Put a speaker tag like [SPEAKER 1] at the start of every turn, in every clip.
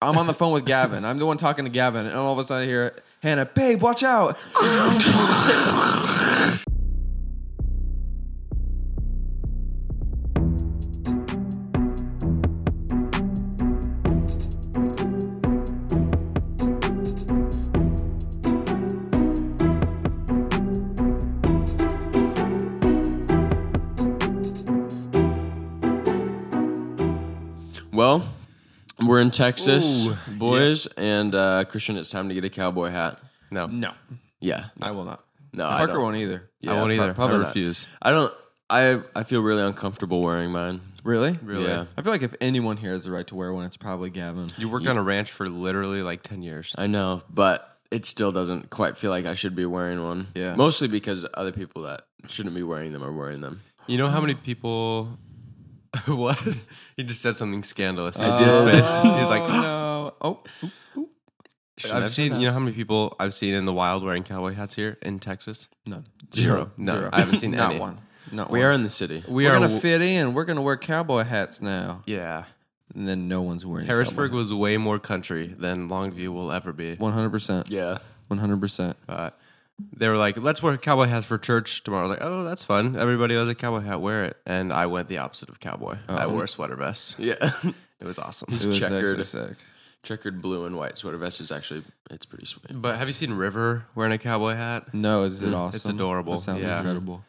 [SPEAKER 1] I'm on the phone with Gavin. I'm the one talking to Gavin, and all of a sudden I hear Hannah, babe, watch out. Well, we're in Texas, boys, and uh, Christian, it's time to get a cowboy hat.
[SPEAKER 2] No.
[SPEAKER 1] No,
[SPEAKER 2] Yeah.
[SPEAKER 1] I will not.
[SPEAKER 2] No, I
[SPEAKER 1] Parker
[SPEAKER 2] don't.
[SPEAKER 1] won't either.
[SPEAKER 2] I won't
[SPEAKER 1] prob-
[SPEAKER 2] either. I
[SPEAKER 1] not.
[SPEAKER 2] refuse.
[SPEAKER 1] I don't.
[SPEAKER 2] I I feel really uncomfortable wearing mine.
[SPEAKER 1] Really?
[SPEAKER 2] Really?
[SPEAKER 1] Yeah. I feel like if anyone here has the right to wear one, it's probably Gavin.
[SPEAKER 3] You worked on a ranch for literally like 10 years.
[SPEAKER 2] I know, but it still doesn't quite feel like I should be wearing one.
[SPEAKER 1] Yeah.
[SPEAKER 2] Mostly because other people that shouldn't be wearing them are wearing them.
[SPEAKER 3] You know how many people. what? He just said something scandalous. I see
[SPEAKER 2] did.
[SPEAKER 3] his face. He's like,
[SPEAKER 1] Oh, no. Oh, oop, oop.
[SPEAKER 3] I've, seen, you know how many people I've seen in the wild wearing cowboy hats here in Texas?
[SPEAKER 1] none.
[SPEAKER 3] Zero. No,
[SPEAKER 1] Zero.
[SPEAKER 3] I haven't seen
[SPEAKER 1] not
[SPEAKER 3] any.
[SPEAKER 1] one. Not
[SPEAKER 2] We
[SPEAKER 1] one.
[SPEAKER 2] are in the city.
[SPEAKER 3] We
[SPEAKER 1] We're
[SPEAKER 3] are.
[SPEAKER 1] gonna
[SPEAKER 3] w-
[SPEAKER 1] fit in. We're gonna wear cowboy hats now,
[SPEAKER 3] yeah.
[SPEAKER 1] and then no one's wearing
[SPEAKER 3] Harrisburg was way more country than Longview will ever be.
[SPEAKER 1] One hundred percent.
[SPEAKER 2] Yeah.
[SPEAKER 1] One hundred percent.
[SPEAKER 3] But they were like, let's wear cowboy hats for church tomorrow. I was like, oh, that's fun. Everybody has a cowboy hat, wear it. And I went the opposite of cowboy. I wore a sweater vest.
[SPEAKER 2] Yeah.
[SPEAKER 3] It was awesome.
[SPEAKER 1] It was
[SPEAKER 2] checkered.
[SPEAKER 1] actually sick.
[SPEAKER 2] Checkered blue and white sweater vest is actually it's pretty sweet.
[SPEAKER 3] But have you seen River wearing a cowboy hat?
[SPEAKER 1] No, is it awesome?
[SPEAKER 3] adorable.
[SPEAKER 1] That sounds
[SPEAKER 3] Yeah.
[SPEAKER 1] incredible.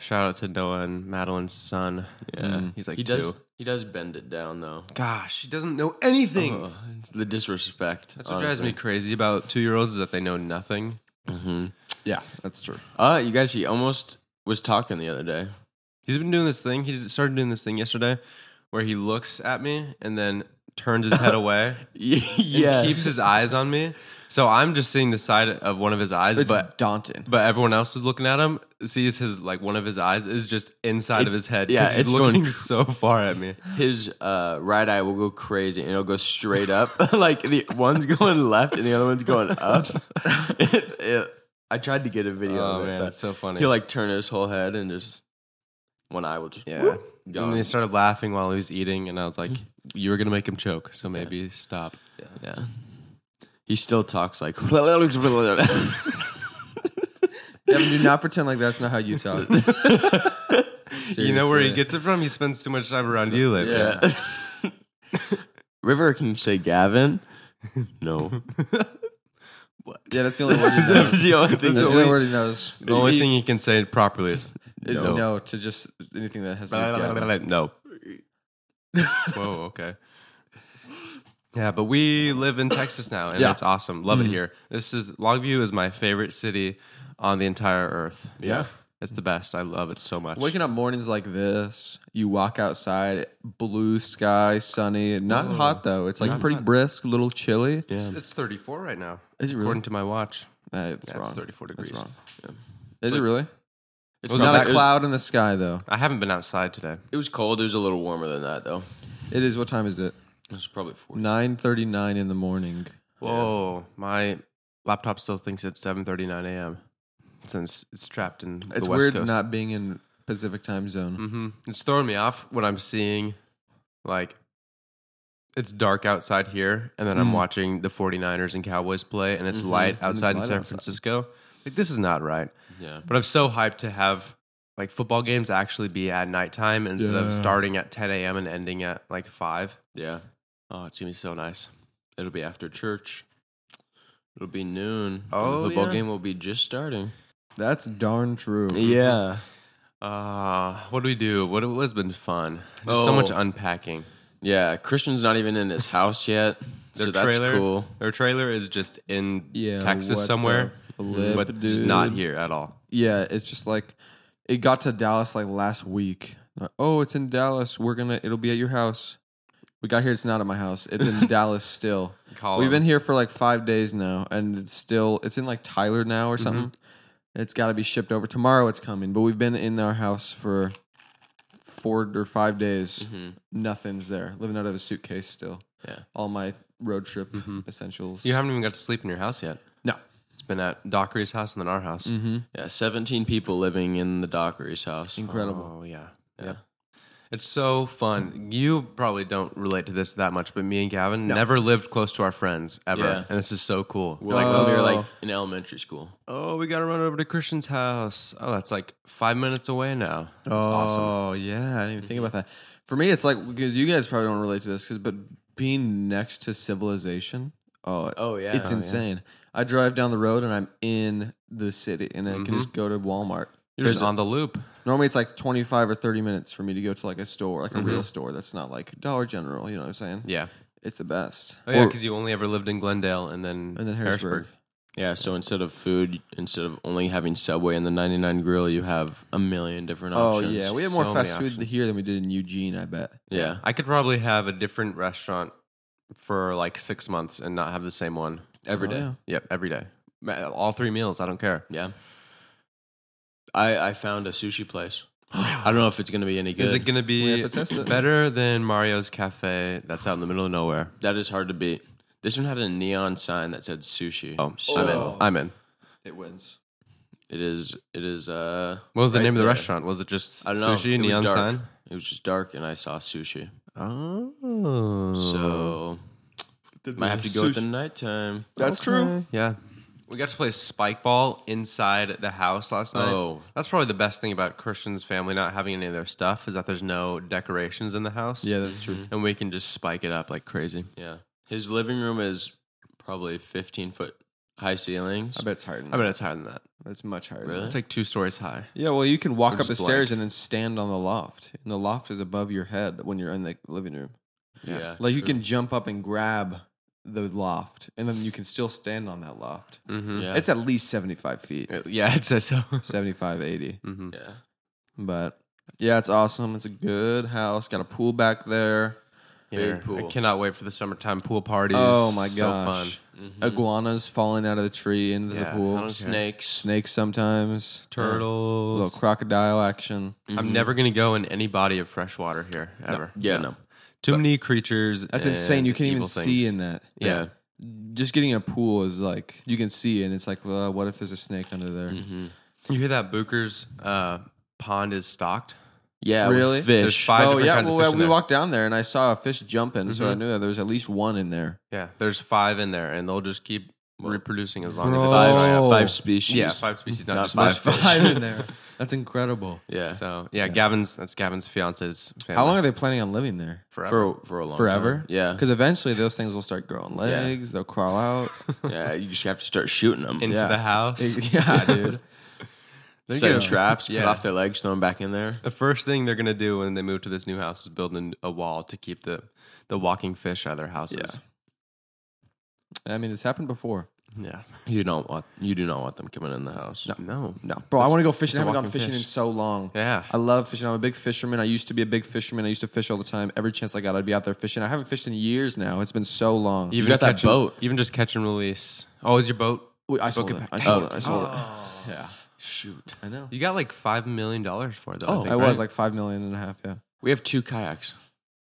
[SPEAKER 3] Shout out to Noah and Madeline's son. Yeah, he's like
[SPEAKER 2] He
[SPEAKER 3] two.
[SPEAKER 2] does he does bend it down though.
[SPEAKER 3] Gosh, he doesn't know anything.
[SPEAKER 2] Ugh, it's the disrespect.
[SPEAKER 3] That's what drives me crazy about two year olds is that they know nothing.
[SPEAKER 2] Mm-hmm.
[SPEAKER 1] Yeah, that's true.
[SPEAKER 2] Uh you guys he almost was talking the other day.
[SPEAKER 3] He's been doing this thing. He started doing this thing yesterday, where he looks at me and then turns his head away.
[SPEAKER 2] yeah.
[SPEAKER 3] Keeps his eyes on me. So I'm just seeing the side of one of his eyes,
[SPEAKER 1] It's
[SPEAKER 3] but
[SPEAKER 1] daunting.
[SPEAKER 3] but everyone else is looking at him. Sees his like one of his eyes is just inside of his head. 'cause
[SPEAKER 2] yeah,
[SPEAKER 3] he's
[SPEAKER 2] it's going-
[SPEAKER 3] looking so far at me.
[SPEAKER 2] his uh, right eye will go crazy and it'll go straight up. like the one's going left and the other one's going up. It- it- I tried to get a video
[SPEAKER 3] Oh,
[SPEAKER 2] of it.
[SPEAKER 3] man,
[SPEAKER 2] but
[SPEAKER 3] that's so funny.
[SPEAKER 2] He'll like turn his whole head and just one eye will just
[SPEAKER 3] Yeah.
[SPEAKER 2] whoop,
[SPEAKER 3] And
[SPEAKER 2] gone.
[SPEAKER 3] they started laughing while he was eating, and I was like, "You were gonna make him choke, so maybe stop."
[SPEAKER 2] yeah. He still talks like He
[SPEAKER 1] Gavin, do not pretend like that's not how you talk.
[SPEAKER 3] You know where
[SPEAKER 1] Seriously.
[SPEAKER 3] he gets it from? He spends too much time around you lately.
[SPEAKER 2] Yeah. River can say Gavin. No.
[SPEAKER 1] Yeah, that's the only word he
[SPEAKER 2] That was
[SPEAKER 1] knows.
[SPEAKER 2] the only thing.
[SPEAKER 1] That's the
[SPEAKER 2] that
[SPEAKER 1] only
[SPEAKER 2] we-
[SPEAKER 1] word he knows.
[SPEAKER 3] The only thing he can say properly is
[SPEAKER 1] Is
[SPEAKER 2] No.
[SPEAKER 1] no. to just anything that has. to do with Gavin.
[SPEAKER 3] no. Whoa, okay. Yeah, but we live in Texas now, and
[SPEAKER 1] Yeah.
[SPEAKER 3] it's awesome. Love it here. This is Longview is my favorite city on the entire earth.
[SPEAKER 2] Yeah.
[SPEAKER 3] it's the best. I love it so much.
[SPEAKER 1] Waking up mornings like this, you walk outside, blue sky, sunny, not hot though. It's like pretty brisk, a little chilly.
[SPEAKER 2] Yeah.
[SPEAKER 3] It's 34 right now,
[SPEAKER 1] Is it really?
[SPEAKER 3] according to my watch.
[SPEAKER 1] Uh, it's
[SPEAKER 3] Yeah, it's
[SPEAKER 1] wrong.
[SPEAKER 3] 34
[SPEAKER 1] That's
[SPEAKER 3] degrees.
[SPEAKER 1] wrong. Is it really?
[SPEAKER 2] It's
[SPEAKER 1] There's
[SPEAKER 2] not
[SPEAKER 1] not
[SPEAKER 2] bad.
[SPEAKER 1] a cloud in the sky though.
[SPEAKER 3] I haven't been outside today.
[SPEAKER 2] It was cold. It was a little warmer than that, though.
[SPEAKER 1] It is. What time is it?
[SPEAKER 2] It was probably 40.
[SPEAKER 1] Nine thirty-nine in the morning.
[SPEAKER 3] Whoa, my laptop still thinks it's 7:39 a.m. since it's trapped in the
[SPEAKER 1] It's
[SPEAKER 3] West
[SPEAKER 1] weird
[SPEAKER 3] Coast.
[SPEAKER 1] not being in Pacific time zone.
[SPEAKER 3] hmm It's throwing me off when I'm seeing like it's dark outside here and then I'm watching the 49ers and Cowboys play Mm. Mm-hmm. and it's light outside in
[SPEAKER 1] light
[SPEAKER 3] San
[SPEAKER 1] outside.
[SPEAKER 3] Francisco. Like this is not right.
[SPEAKER 2] Yeah.
[SPEAKER 3] But I'm so hyped to have like football games actually be at nighttime instead of
[SPEAKER 1] Yeah.
[SPEAKER 3] starting at 10 a.m. and ending at like 5.
[SPEAKER 2] Yeah.
[SPEAKER 3] Oh, it's gonna be so nice.
[SPEAKER 2] It'll be after church. It'll be noon. and
[SPEAKER 3] Oh,
[SPEAKER 2] the football
[SPEAKER 3] yeah.
[SPEAKER 2] game will be just starting. Mm-hmm.
[SPEAKER 1] That's darn true.
[SPEAKER 2] Yeah.
[SPEAKER 3] Uh, what do we do? What what's been fun? Just So much
[SPEAKER 2] Oh.
[SPEAKER 3] unpacking.
[SPEAKER 2] Yeah. Christian's not even in his house yet. so that's cool.
[SPEAKER 3] Their trailer is just in
[SPEAKER 1] Yeah, what
[SPEAKER 3] Texas
[SPEAKER 1] the
[SPEAKER 3] somewhere,
[SPEAKER 1] flip,
[SPEAKER 3] but just not
[SPEAKER 1] dude.
[SPEAKER 3] here at all.
[SPEAKER 1] Yeah, it's just like it got to Dallas like last week. Like, oh, it's in Dallas. We're gonna. It'll be at your house. We got here. It's not at my house. It's in Dallas still.
[SPEAKER 3] Call
[SPEAKER 1] We've been
[SPEAKER 3] him.
[SPEAKER 1] here for like five days now, and it's still. It's in like Tyler now or something. It's got to be shipped over tomorrow. It's coming, but we've been in our house for four or five days. Nothing's there. Living out of a suitcase still.
[SPEAKER 2] Yeah.
[SPEAKER 1] All my road trip essentials.
[SPEAKER 3] You haven't even got to sleep in your house yet.
[SPEAKER 1] no.
[SPEAKER 3] It's been at Dockery's house and then our house.
[SPEAKER 1] Mm-hmm.
[SPEAKER 2] Yeah. 17 people living in the Dockery's house.
[SPEAKER 1] Incredible.
[SPEAKER 3] Oh yeah,
[SPEAKER 2] Yeah.
[SPEAKER 3] It's so fun. You probably don't relate to this that much, but me and Gavin never lived close to our friends ever,
[SPEAKER 2] Yeah.
[SPEAKER 3] and this is so cool. It's
[SPEAKER 2] Like when we were
[SPEAKER 1] Whoa.
[SPEAKER 2] like in elementary school.
[SPEAKER 3] oh, we got to run over to Christian's house. Oh, that's like five minutes away now.
[SPEAKER 1] Oh, yeah. I didn't even think
[SPEAKER 2] Mm-hmm.
[SPEAKER 1] about that. For me, it's like because you guys probably don't relate to this, because but being next to civilization, oh,
[SPEAKER 2] Oh yeah.
[SPEAKER 1] it's insane. I drive down the road and I'm in the city, and I
[SPEAKER 2] Mm-hmm.
[SPEAKER 1] can just go to Walmart.
[SPEAKER 3] You're just on the loop.
[SPEAKER 1] Normally, it's like 25 or 30 minutes for me to go to like a store, like a
[SPEAKER 2] Mm-hmm.
[SPEAKER 1] real store that's not like Dollar General. You know what I'm saying?
[SPEAKER 3] Yeah.
[SPEAKER 1] It's the best.
[SPEAKER 3] Oh, yeah,
[SPEAKER 1] Or-
[SPEAKER 3] because you only ever lived in Glendale and then
[SPEAKER 1] and then Harrisburg.
[SPEAKER 2] Yeah, so instead of food, instead of only having Subway and the 99 Grill, you have a million different
[SPEAKER 1] Oh,
[SPEAKER 2] options.
[SPEAKER 1] yeah. We had more
[SPEAKER 3] So many
[SPEAKER 1] fast food
[SPEAKER 3] options.
[SPEAKER 1] here than we did in Eugene, I bet.
[SPEAKER 2] Yeah.
[SPEAKER 3] I could probably have a different restaurant for like six months and not have the same one.
[SPEAKER 2] Every
[SPEAKER 1] Oh,
[SPEAKER 2] day.
[SPEAKER 1] yeah.
[SPEAKER 3] Yep, every day. Ma- All three meals. I don't care.
[SPEAKER 2] Yeah. I I found a sushi place. I don't know if it's going to be any good.
[SPEAKER 3] Is it going to
[SPEAKER 1] We
[SPEAKER 3] be
[SPEAKER 1] have to test it.
[SPEAKER 3] better than Mario's Cafe that's out in the middle of nowhere?
[SPEAKER 2] that is hard to beat. This one had a neon sign that said sushi.
[SPEAKER 3] Oh,
[SPEAKER 2] so
[SPEAKER 3] I'm
[SPEAKER 1] Oh.
[SPEAKER 3] in. I'm in.
[SPEAKER 1] It wins.
[SPEAKER 2] it is it is uh
[SPEAKER 3] What was the
[SPEAKER 2] right
[SPEAKER 3] name of the
[SPEAKER 2] there.
[SPEAKER 3] restaurant? Was it just
[SPEAKER 2] I don't know.
[SPEAKER 3] sushi
[SPEAKER 2] It was
[SPEAKER 3] neon
[SPEAKER 2] dark.
[SPEAKER 3] sign?
[SPEAKER 2] It was just dark and I saw sushi.
[SPEAKER 3] Oh,
[SPEAKER 2] So might have to go at the nighttime.
[SPEAKER 1] That's true.
[SPEAKER 3] yeah. We got to play spike ball inside the house last night.
[SPEAKER 2] Oh.
[SPEAKER 3] that's probably the best thing about Christian's family not having any of their stuff is that there's no decorations in the house.
[SPEAKER 1] Yeah, that's
[SPEAKER 2] Mm-hmm.
[SPEAKER 1] true.
[SPEAKER 3] and we can just spike it up like crazy.
[SPEAKER 2] Yeah. His living room is probably 15 foot high ceilings.
[SPEAKER 1] I bet it's higher than
[SPEAKER 3] I bet it's higher than that.
[SPEAKER 1] that. It's much higher than
[SPEAKER 2] Really?
[SPEAKER 1] that.
[SPEAKER 3] It's like two stories high.
[SPEAKER 1] Yeah, well, you can walk
[SPEAKER 3] Or
[SPEAKER 1] up the
[SPEAKER 3] just
[SPEAKER 1] stairs and then stand on the loft, and the loft is above your head when you're in the living room.
[SPEAKER 2] Yeah.
[SPEAKER 1] Like you
[SPEAKER 2] true.
[SPEAKER 1] can jump up and grab the loft, and then you can still stand on that loft.
[SPEAKER 3] Mm-hmm.
[SPEAKER 2] Yeah.
[SPEAKER 1] It's at least 75 feet,
[SPEAKER 3] Yeah, it says so.
[SPEAKER 1] 75, 80.
[SPEAKER 3] hmm
[SPEAKER 2] yeah.
[SPEAKER 1] But yeah, it's awesome. It's a good house. Got a pool back there.
[SPEAKER 2] Big
[SPEAKER 3] I
[SPEAKER 2] pool.
[SPEAKER 3] cannot wait for the summertime pool parties.
[SPEAKER 1] Oh my
[SPEAKER 3] So
[SPEAKER 1] gosh.
[SPEAKER 3] fun. Mm-hmm.
[SPEAKER 1] Iguanas falling out of the tree into
[SPEAKER 3] Yeah,
[SPEAKER 1] the
[SPEAKER 3] I
[SPEAKER 1] pool.
[SPEAKER 3] don't care.
[SPEAKER 2] Snakes.
[SPEAKER 1] Snakes sometimes. A
[SPEAKER 3] Turtles.
[SPEAKER 1] little crocodile action.
[SPEAKER 3] I'm never gonna go in any body of fresh water here ever.
[SPEAKER 2] Yeah, no.
[SPEAKER 3] Too many creatures.
[SPEAKER 1] That's insane. You
[SPEAKER 3] and
[SPEAKER 1] can't even
[SPEAKER 3] evil
[SPEAKER 1] see
[SPEAKER 3] things.
[SPEAKER 1] in that.
[SPEAKER 3] Yeah.
[SPEAKER 1] Just getting in a pool is like you can see, and it's like, well, what if there's a snake under there?
[SPEAKER 3] Mm-hmm. You hear that Booker's uh, pond is stocked.
[SPEAKER 2] Yeah,
[SPEAKER 1] Really?
[SPEAKER 2] with
[SPEAKER 3] There's
[SPEAKER 2] fish.
[SPEAKER 3] five
[SPEAKER 1] Oh
[SPEAKER 3] different
[SPEAKER 1] yeah,
[SPEAKER 3] kinds
[SPEAKER 1] well,
[SPEAKER 3] of fish. in
[SPEAKER 1] we
[SPEAKER 3] there.
[SPEAKER 1] walked down there and I saw a fish jumping, so
[SPEAKER 3] Mm-hmm.
[SPEAKER 1] I knew that there was at least one in there.
[SPEAKER 3] yeah, there's five in there, and they'll just keep reproducing as long
[SPEAKER 1] Bro.
[SPEAKER 3] as they
[SPEAKER 1] Oh.
[SPEAKER 2] Five, five species.
[SPEAKER 3] Yeah, five species, not,
[SPEAKER 2] Not
[SPEAKER 3] just
[SPEAKER 2] five
[SPEAKER 3] five.
[SPEAKER 2] fish.
[SPEAKER 1] in there. That's incredible.
[SPEAKER 2] Yeah.
[SPEAKER 3] So yeah, Gavin's that's Gavin's fiance's family.
[SPEAKER 1] How long are they planning on living there?
[SPEAKER 3] Forever.
[SPEAKER 2] for for a long
[SPEAKER 1] Forever?
[SPEAKER 2] time. Yeah.
[SPEAKER 1] Because eventually those things will start growing legs. They'll crawl out.
[SPEAKER 2] yeah, you just have to start shooting them.
[SPEAKER 3] into
[SPEAKER 1] yeah.
[SPEAKER 3] the house.
[SPEAKER 1] yeah, dude.
[SPEAKER 2] Set
[SPEAKER 1] gonna-
[SPEAKER 2] traps, cut
[SPEAKER 3] Yeah.
[SPEAKER 2] off their legs, throw them back in there.
[SPEAKER 3] The first thing they're gonna do when they move to this new house is build an- a wall to keep the the walking fish out of their houses.
[SPEAKER 1] I mean, it's happened before.
[SPEAKER 3] Yeah.
[SPEAKER 2] You don't want you do not want them coming in the house.
[SPEAKER 3] No. No.
[SPEAKER 1] No, bro, I want to go fishing. I
[SPEAKER 3] a
[SPEAKER 1] haven't gone
[SPEAKER 3] walking
[SPEAKER 1] fishing in
[SPEAKER 3] fish.
[SPEAKER 1] so long.
[SPEAKER 3] Yeah.
[SPEAKER 1] I love fishing. I'm a big fisherman. I used to be a big fisherman. I used to fish all the time. Every chance I got, I'd be out there fishing. I haven't fished in years now. It's been so long.
[SPEAKER 3] Even
[SPEAKER 2] got that
[SPEAKER 3] catch and-
[SPEAKER 2] boat.
[SPEAKER 3] even just catch and release. Oh, is your boat?
[SPEAKER 1] Wait, I sold
[SPEAKER 3] Book
[SPEAKER 1] it.
[SPEAKER 3] it.
[SPEAKER 1] I sold it. I
[SPEAKER 2] Oh.
[SPEAKER 1] sold it. Yeah,
[SPEAKER 2] Shoot.
[SPEAKER 1] I know.
[SPEAKER 3] You got like five million dollars for it, though. Oh, I, think,
[SPEAKER 1] Oh, I was
[SPEAKER 3] right?
[SPEAKER 1] like five million and a half. Yeah.
[SPEAKER 2] We have two kayaks.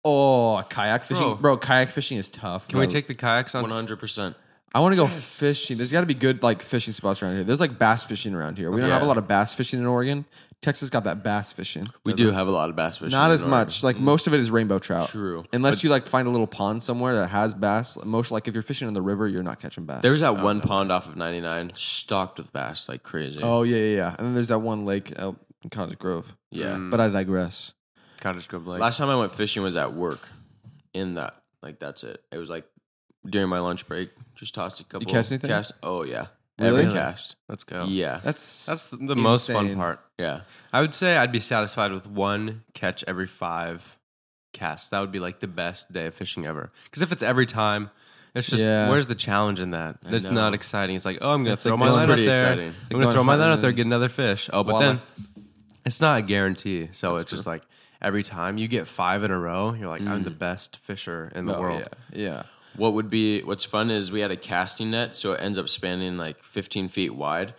[SPEAKER 1] Oh, kayak fishing, bro.
[SPEAKER 3] Bro.
[SPEAKER 1] kayak fishing is tough.
[SPEAKER 3] Can we take the kayaks on?
[SPEAKER 2] One hundred percent.
[SPEAKER 1] I want to go fishing. There's got to be good like fishing spots around here. There's like bass fishing around here. We don't have a
[SPEAKER 2] Yeah.
[SPEAKER 1] lot of bass fishing in Oregon. Texas got that bass fishing.
[SPEAKER 2] We do have a lot of bass fishing.
[SPEAKER 1] Not
[SPEAKER 2] in
[SPEAKER 1] as
[SPEAKER 2] Oregon.
[SPEAKER 1] much. Like most of it is rainbow trout.
[SPEAKER 2] True.
[SPEAKER 1] Unless you like find a little pond somewhere that has bass. Most like if you're fishing in the river, you're not catching bass.
[SPEAKER 2] There was that one pond off of ninety nine stocked with bass like crazy.
[SPEAKER 1] Oh yeah, yeah, yeah. And then there's that one lake out in Cottage Grove.
[SPEAKER 2] yeah.
[SPEAKER 1] But I digress.
[SPEAKER 3] Cottage Grove Lake.
[SPEAKER 2] Last time I went fishing was at work. In that, like that's it. It was like during my lunch break. Just tossed a couple.
[SPEAKER 1] cast anything?
[SPEAKER 2] Cast. Oh yeah,
[SPEAKER 1] Really?
[SPEAKER 2] every cast.
[SPEAKER 3] Let's go.
[SPEAKER 2] Yeah,
[SPEAKER 1] That's
[SPEAKER 3] That's the most fun
[SPEAKER 1] insane.
[SPEAKER 3] part.
[SPEAKER 2] yeah.
[SPEAKER 3] I would say I'd be satisfied with one catch every five casts. That would be like the best day of fishing ever. Because if it's every time, it's just
[SPEAKER 1] Yeah.
[SPEAKER 3] where's the challenge in that? It's
[SPEAKER 2] know.
[SPEAKER 3] not exciting. It's like oh, I'm gonna
[SPEAKER 1] like
[SPEAKER 3] throw my
[SPEAKER 1] going-
[SPEAKER 3] line out
[SPEAKER 2] pretty
[SPEAKER 3] there.
[SPEAKER 2] exciting.
[SPEAKER 3] I'm
[SPEAKER 2] Like
[SPEAKER 3] gonna
[SPEAKER 1] going
[SPEAKER 3] throw my line
[SPEAKER 1] hunting
[SPEAKER 3] out there,
[SPEAKER 1] and-
[SPEAKER 3] get another fish. Oh, but
[SPEAKER 1] Walleye.
[SPEAKER 3] then it's not a guarantee. So it's just like every time you get five in a row, you're like I'm the best fisher in the
[SPEAKER 1] oh,
[SPEAKER 3] world.
[SPEAKER 1] Mm. yeah, yeah.
[SPEAKER 2] What would be what's fun is we had a casting net, so it ends up spanning like 15 feet wide.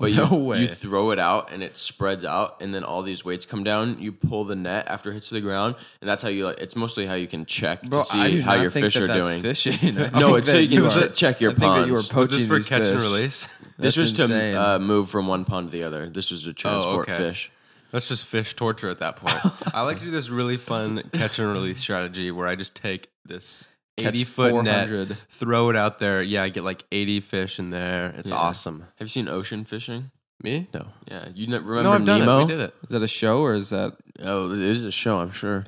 [SPEAKER 2] But you,
[SPEAKER 1] No way.
[SPEAKER 2] you throw it out and it spreads out, and then all these weights come down. You pull the net after it hits the ground, and that's how you like. It's mostly how you can check
[SPEAKER 1] Bro,
[SPEAKER 2] to
[SPEAKER 1] I
[SPEAKER 2] see
[SPEAKER 1] do
[SPEAKER 2] how
[SPEAKER 1] not
[SPEAKER 2] your
[SPEAKER 1] think
[SPEAKER 2] fish
[SPEAKER 1] that
[SPEAKER 2] are
[SPEAKER 1] that's
[SPEAKER 2] doing.
[SPEAKER 1] Fishing.
[SPEAKER 2] No, it's so you can
[SPEAKER 1] are-
[SPEAKER 2] check your
[SPEAKER 1] I think that you are
[SPEAKER 2] ponds.
[SPEAKER 3] Was
[SPEAKER 1] poaching
[SPEAKER 3] this for
[SPEAKER 1] these
[SPEAKER 3] catch
[SPEAKER 1] fish.
[SPEAKER 3] and release?
[SPEAKER 2] This
[SPEAKER 1] That's
[SPEAKER 2] was to
[SPEAKER 1] insane. Oh,
[SPEAKER 2] uh, move from one pond to the other. This was to transport
[SPEAKER 3] okay.
[SPEAKER 2] fish.
[SPEAKER 3] But That's just fish torture at that point. I like to do this really fun catch and release strategy where I just take this
[SPEAKER 1] Catch
[SPEAKER 3] 80 foot net,
[SPEAKER 1] 400.
[SPEAKER 3] throw it out there. Yeah, I get like 80 fish in there. It's
[SPEAKER 2] Yeah.
[SPEAKER 3] awesome.
[SPEAKER 2] Have you seen ocean fishing?
[SPEAKER 3] Me? No.
[SPEAKER 2] Yeah, you ne- remember
[SPEAKER 3] No, I've done
[SPEAKER 2] Nemo?
[SPEAKER 3] it. We did it.
[SPEAKER 1] Is that a show or is that
[SPEAKER 2] Oh, it is a show, I'm sure.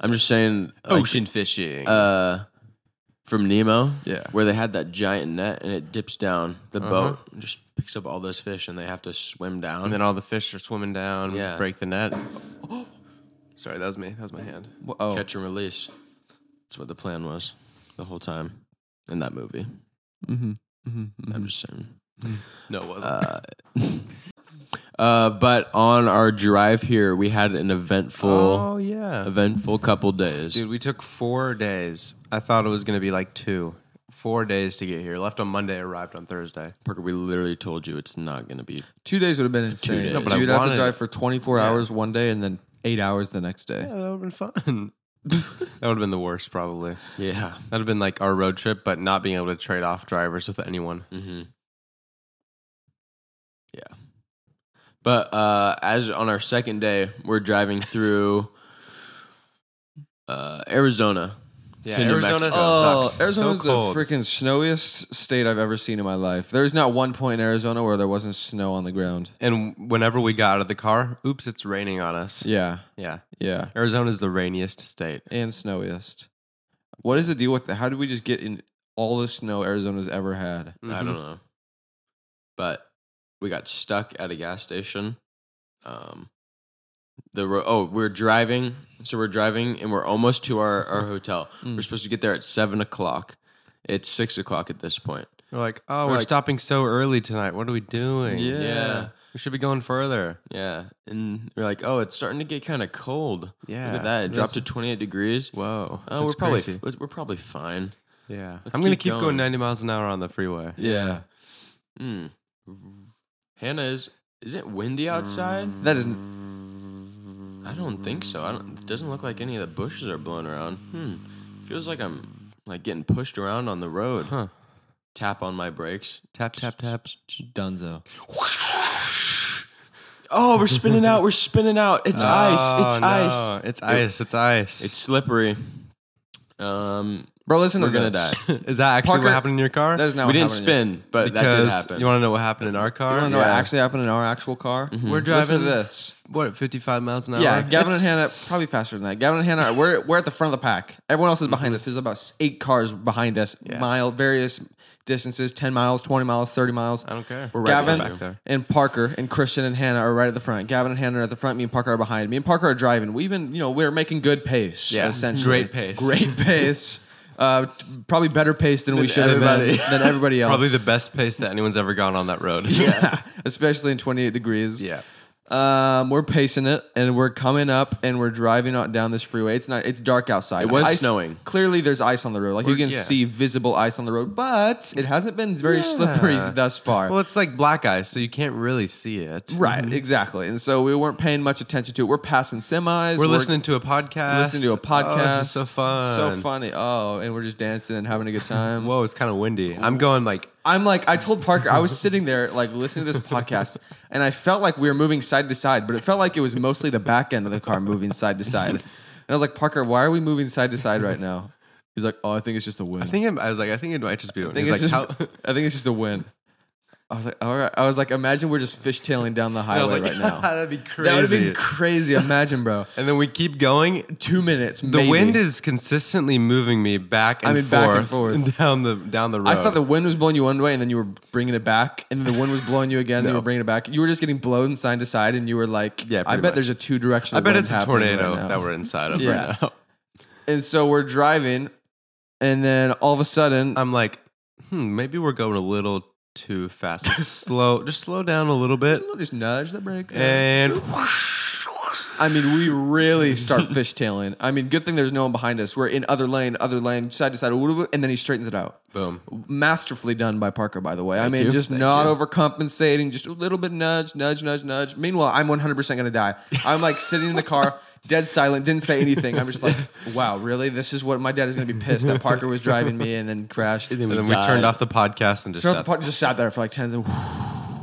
[SPEAKER 2] I'm just saying,
[SPEAKER 1] Oh,
[SPEAKER 2] like,
[SPEAKER 3] Ocean Oh, fishing.
[SPEAKER 2] uh, from Nemo,
[SPEAKER 1] Yeah.
[SPEAKER 2] where they had that giant net and it dips down the
[SPEAKER 3] Uh-huh.
[SPEAKER 2] boat and just picks up all those fish and they have to swim down.
[SPEAKER 3] and then all the fish are swimming down.
[SPEAKER 2] Yeah.
[SPEAKER 3] Break the net. Sorry, that was me. That was my hand.
[SPEAKER 1] oh
[SPEAKER 2] catch and release. That's what the plan was the whole time in that movie.
[SPEAKER 3] Mm-hmm.
[SPEAKER 1] hmm hmm
[SPEAKER 2] I'm just saying.
[SPEAKER 3] No, it wasn't.
[SPEAKER 2] Uh, uh, but on our drive here, we had an eventful,
[SPEAKER 3] oh, yeah.
[SPEAKER 2] eventful couple days.
[SPEAKER 3] Dude, we took four days. I thought it was going to be like two. Four days to get here. Left on Monday, arrived on Thursday.
[SPEAKER 2] Parker, we literally told you it's not going to be.
[SPEAKER 1] Two days would have been insane.
[SPEAKER 2] days. No,
[SPEAKER 3] but I
[SPEAKER 1] You'd have
[SPEAKER 3] wanted-
[SPEAKER 1] to drive for 24
[SPEAKER 3] Yeah.
[SPEAKER 1] hours one day and then eight hours the next day.
[SPEAKER 3] Yeah, that would have been fun. that would have been the worst, probably.
[SPEAKER 2] Yeah.
[SPEAKER 3] That would have been like our road trip, but not being able to trade off drivers with anyone.
[SPEAKER 2] Mm-hmm. Yeah. But uh, as on our second day, we're driving through uh, Arizona.
[SPEAKER 3] Yeah,
[SPEAKER 2] To New
[SPEAKER 3] Arizona
[SPEAKER 2] Mexico.
[SPEAKER 3] sucks.
[SPEAKER 1] Oh,
[SPEAKER 3] Uh, So
[SPEAKER 1] Arizona's
[SPEAKER 3] cold.
[SPEAKER 1] the freaking snowiest state I've ever seen in my life. There's not one point in Arizona where there wasn't snow on the ground.
[SPEAKER 3] and whenever we got out of the car, oops, it's raining on us.
[SPEAKER 1] Yeah,
[SPEAKER 3] Yeah.
[SPEAKER 1] yeah,
[SPEAKER 3] Arizona's the rainiest state.
[SPEAKER 1] and snowiest. What is the deal with that? How did we just get in all the snow Arizona's ever had?
[SPEAKER 3] Mm-hmm.
[SPEAKER 2] I don't know. But we got stuck at a gas station. Um, the ro- oh, we're driving, so we're driving, and we're almost to our our hotel. We're
[SPEAKER 3] Mm.
[SPEAKER 2] supposed to get there at seven o'clock. It's six o'clock at this point.
[SPEAKER 3] We're like, oh,
[SPEAKER 2] We're
[SPEAKER 3] we're
[SPEAKER 2] like-
[SPEAKER 3] stopping so early tonight. What are we doing?
[SPEAKER 1] Yeah.
[SPEAKER 2] Yeah.
[SPEAKER 3] We should be going further.
[SPEAKER 2] Yeah, and we're like, oh, it's starting to get kind of cold.
[SPEAKER 3] Yeah.
[SPEAKER 2] Look at that. It dropped to
[SPEAKER 3] That's-
[SPEAKER 2] 28 degrees.
[SPEAKER 3] Whoa.
[SPEAKER 2] Oh, we're
[SPEAKER 3] that's
[SPEAKER 2] probably
[SPEAKER 3] crazy.
[SPEAKER 2] we're probably fine.
[SPEAKER 3] Yeah.
[SPEAKER 2] Let's
[SPEAKER 3] I'm going to
[SPEAKER 2] keep
[SPEAKER 3] keep going.
[SPEAKER 2] going.
[SPEAKER 3] 90 miles an hour on the freeway.
[SPEAKER 1] Yeah,
[SPEAKER 2] Mm. Hannah is is it windy outside?
[SPEAKER 1] that is
[SPEAKER 2] I don't think so. I don't, it doesn't look like any of the bushes are blowing around. Hmm. Feels like I'm like getting pushed around on the road.
[SPEAKER 3] Huh.
[SPEAKER 2] Tap on my brakes.
[SPEAKER 3] Tap, tap, tap.
[SPEAKER 1] Mm. Dunzo.
[SPEAKER 2] Oh, we're spinning out. We're spinning out. It's ice. It's
[SPEAKER 3] Oh,
[SPEAKER 2] ice.
[SPEAKER 3] no. It's ice. It's ice.
[SPEAKER 2] It's slippery. Um,
[SPEAKER 1] Bro, listen
[SPEAKER 2] we're
[SPEAKER 1] to
[SPEAKER 2] gonna die.
[SPEAKER 1] this.
[SPEAKER 3] Is that actually
[SPEAKER 1] Parker-
[SPEAKER 3] what happened in your car?
[SPEAKER 1] That is not.
[SPEAKER 2] we
[SPEAKER 1] what
[SPEAKER 2] didn't
[SPEAKER 1] happened
[SPEAKER 2] spin, but that did
[SPEAKER 3] Because-
[SPEAKER 2] happen.
[SPEAKER 3] You want to know what happened in our car?
[SPEAKER 1] Yet. You want to know what
[SPEAKER 2] Yeah.
[SPEAKER 1] actually happened in our actual car?
[SPEAKER 3] We're
[SPEAKER 1] Listen
[SPEAKER 3] driving
[SPEAKER 1] to this.
[SPEAKER 3] What, 55 miles an hour?
[SPEAKER 1] Yeah, Gavin
[SPEAKER 3] It's-
[SPEAKER 1] and Hannah probably faster than that. Gavin and Hannah, we're we're at the front of the pack. Everyone else is
[SPEAKER 3] Mm-hmm.
[SPEAKER 1] behind us. There's about s- eight cars behind us, mile various distances, ten miles, twenty miles, thirty miles.
[SPEAKER 3] I don't care.
[SPEAKER 2] We're right
[SPEAKER 1] Gavin
[SPEAKER 2] behind
[SPEAKER 3] you.
[SPEAKER 1] and Parker and Christian and Hannah are right at the front. Gavin and Hannah are at the front. Me and Parker are behind. Me and Parker are driving. We've been, you know, we're making good pace.
[SPEAKER 3] Yeah,
[SPEAKER 1] essentially
[SPEAKER 3] great pace.
[SPEAKER 1] Great pace. Uh, t- probably better pace than, we should
[SPEAKER 3] everybody.
[SPEAKER 1] have been than everybody else.
[SPEAKER 3] Probably the best pace that anyone's ever gone on that road.
[SPEAKER 1] yeah, especially in 28 degrees.
[SPEAKER 3] Yeah.
[SPEAKER 1] Um, we're pacing it, and we're coming up, and we're driving out down this freeway. It's not. It's dark outside. It
[SPEAKER 2] was snowing.
[SPEAKER 1] Clearly, there's ice on the road. Like you can
[SPEAKER 3] yeah.
[SPEAKER 1] see visible ice on the road, but it hasn't been very slippery
[SPEAKER 3] Yeah.
[SPEAKER 1] thus far.
[SPEAKER 3] Well, mm-hmm. it's like black ice, so you can't really see it.
[SPEAKER 1] right, exactly. And so we weren't paying much attention to it. We're passing semis.
[SPEAKER 3] We're listening to a podcast.
[SPEAKER 1] listening to a podcast.
[SPEAKER 3] Oh, this is so fun.
[SPEAKER 1] So funny. Oh, and we're just dancing and having a good time.
[SPEAKER 3] Whoa, it's kind of windy. I'm going like
[SPEAKER 1] I'm like, I told Parker, I was sitting there, like, listening to this podcast, and I felt like we were moving side to side, but it felt like it was mostly the back end of the car moving side to side. And I was like, Parker, why are we moving side to side right now? He's like, Oh, I think it's just a wind.
[SPEAKER 3] I think I'm, I was like I think it might just be. I
[SPEAKER 1] I think
[SPEAKER 3] like
[SPEAKER 1] it's
[SPEAKER 3] how.
[SPEAKER 1] just, I think it's just a wind. I was like, All right. I was like, Imagine we're just fishtailing down the
[SPEAKER 3] I was
[SPEAKER 1] highway
[SPEAKER 3] like
[SPEAKER 1] right now.
[SPEAKER 3] that'd be crazy.
[SPEAKER 1] That would have been crazy. Imagine, bro.
[SPEAKER 3] and then we keep going.
[SPEAKER 1] Two minutes.
[SPEAKER 3] The
[SPEAKER 1] maybe.
[SPEAKER 3] wind is consistently moving me back and
[SPEAKER 1] mean,
[SPEAKER 3] forth,
[SPEAKER 1] back and forth.
[SPEAKER 3] down the down the road.
[SPEAKER 1] I thought the wind was blowing you one way and then you were bringing it back, and then the wind was blowing you again and you were bringing it back. You were just getting blown side to side, and you were like,
[SPEAKER 3] Yeah,
[SPEAKER 1] I
[SPEAKER 3] pretty
[SPEAKER 1] bet
[SPEAKER 3] much.
[SPEAKER 1] there's a two directional
[SPEAKER 3] I bet
[SPEAKER 1] wind
[SPEAKER 3] it's a
[SPEAKER 1] happening right
[SPEAKER 3] tornado
[SPEAKER 1] now."
[SPEAKER 3] that we're inside of
[SPEAKER 1] Yeah.
[SPEAKER 3] right now.
[SPEAKER 1] And so we're driving, and then all of a sudden,
[SPEAKER 3] I'm like, hmm, maybe we're going a little too fast. Let's slow, just slow down a little bit,
[SPEAKER 1] I'll just nudge the brake. there.
[SPEAKER 3] and
[SPEAKER 1] I mean, we really start fishtailing. I mean, good thing there's no one behind us. We're in other lane, other lane, side to side, and then he straightens it out.
[SPEAKER 3] boom.
[SPEAKER 1] masterfully done by Parker, by the way. I mean,
[SPEAKER 2] you.
[SPEAKER 1] just
[SPEAKER 2] Thank
[SPEAKER 1] not
[SPEAKER 2] you.
[SPEAKER 1] overcompensating, just a little bit nudge, nudge, nudge, nudge. Meanwhile, I'm 100% going to die. I'm like sitting in the car, dead silent, didn't say anything. I'm just like, wow, really? This is what my dad is going to be pissed that Parker was driving me and then crashed.
[SPEAKER 3] And then we
[SPEAKER 2] died.
[SPEAKER 3] turned off the podcast and just
[SPEAKER 1] Throughout the
[SPEAKER 3] sat
[SPEAKER 1] park, just sat there for like 10 seconds.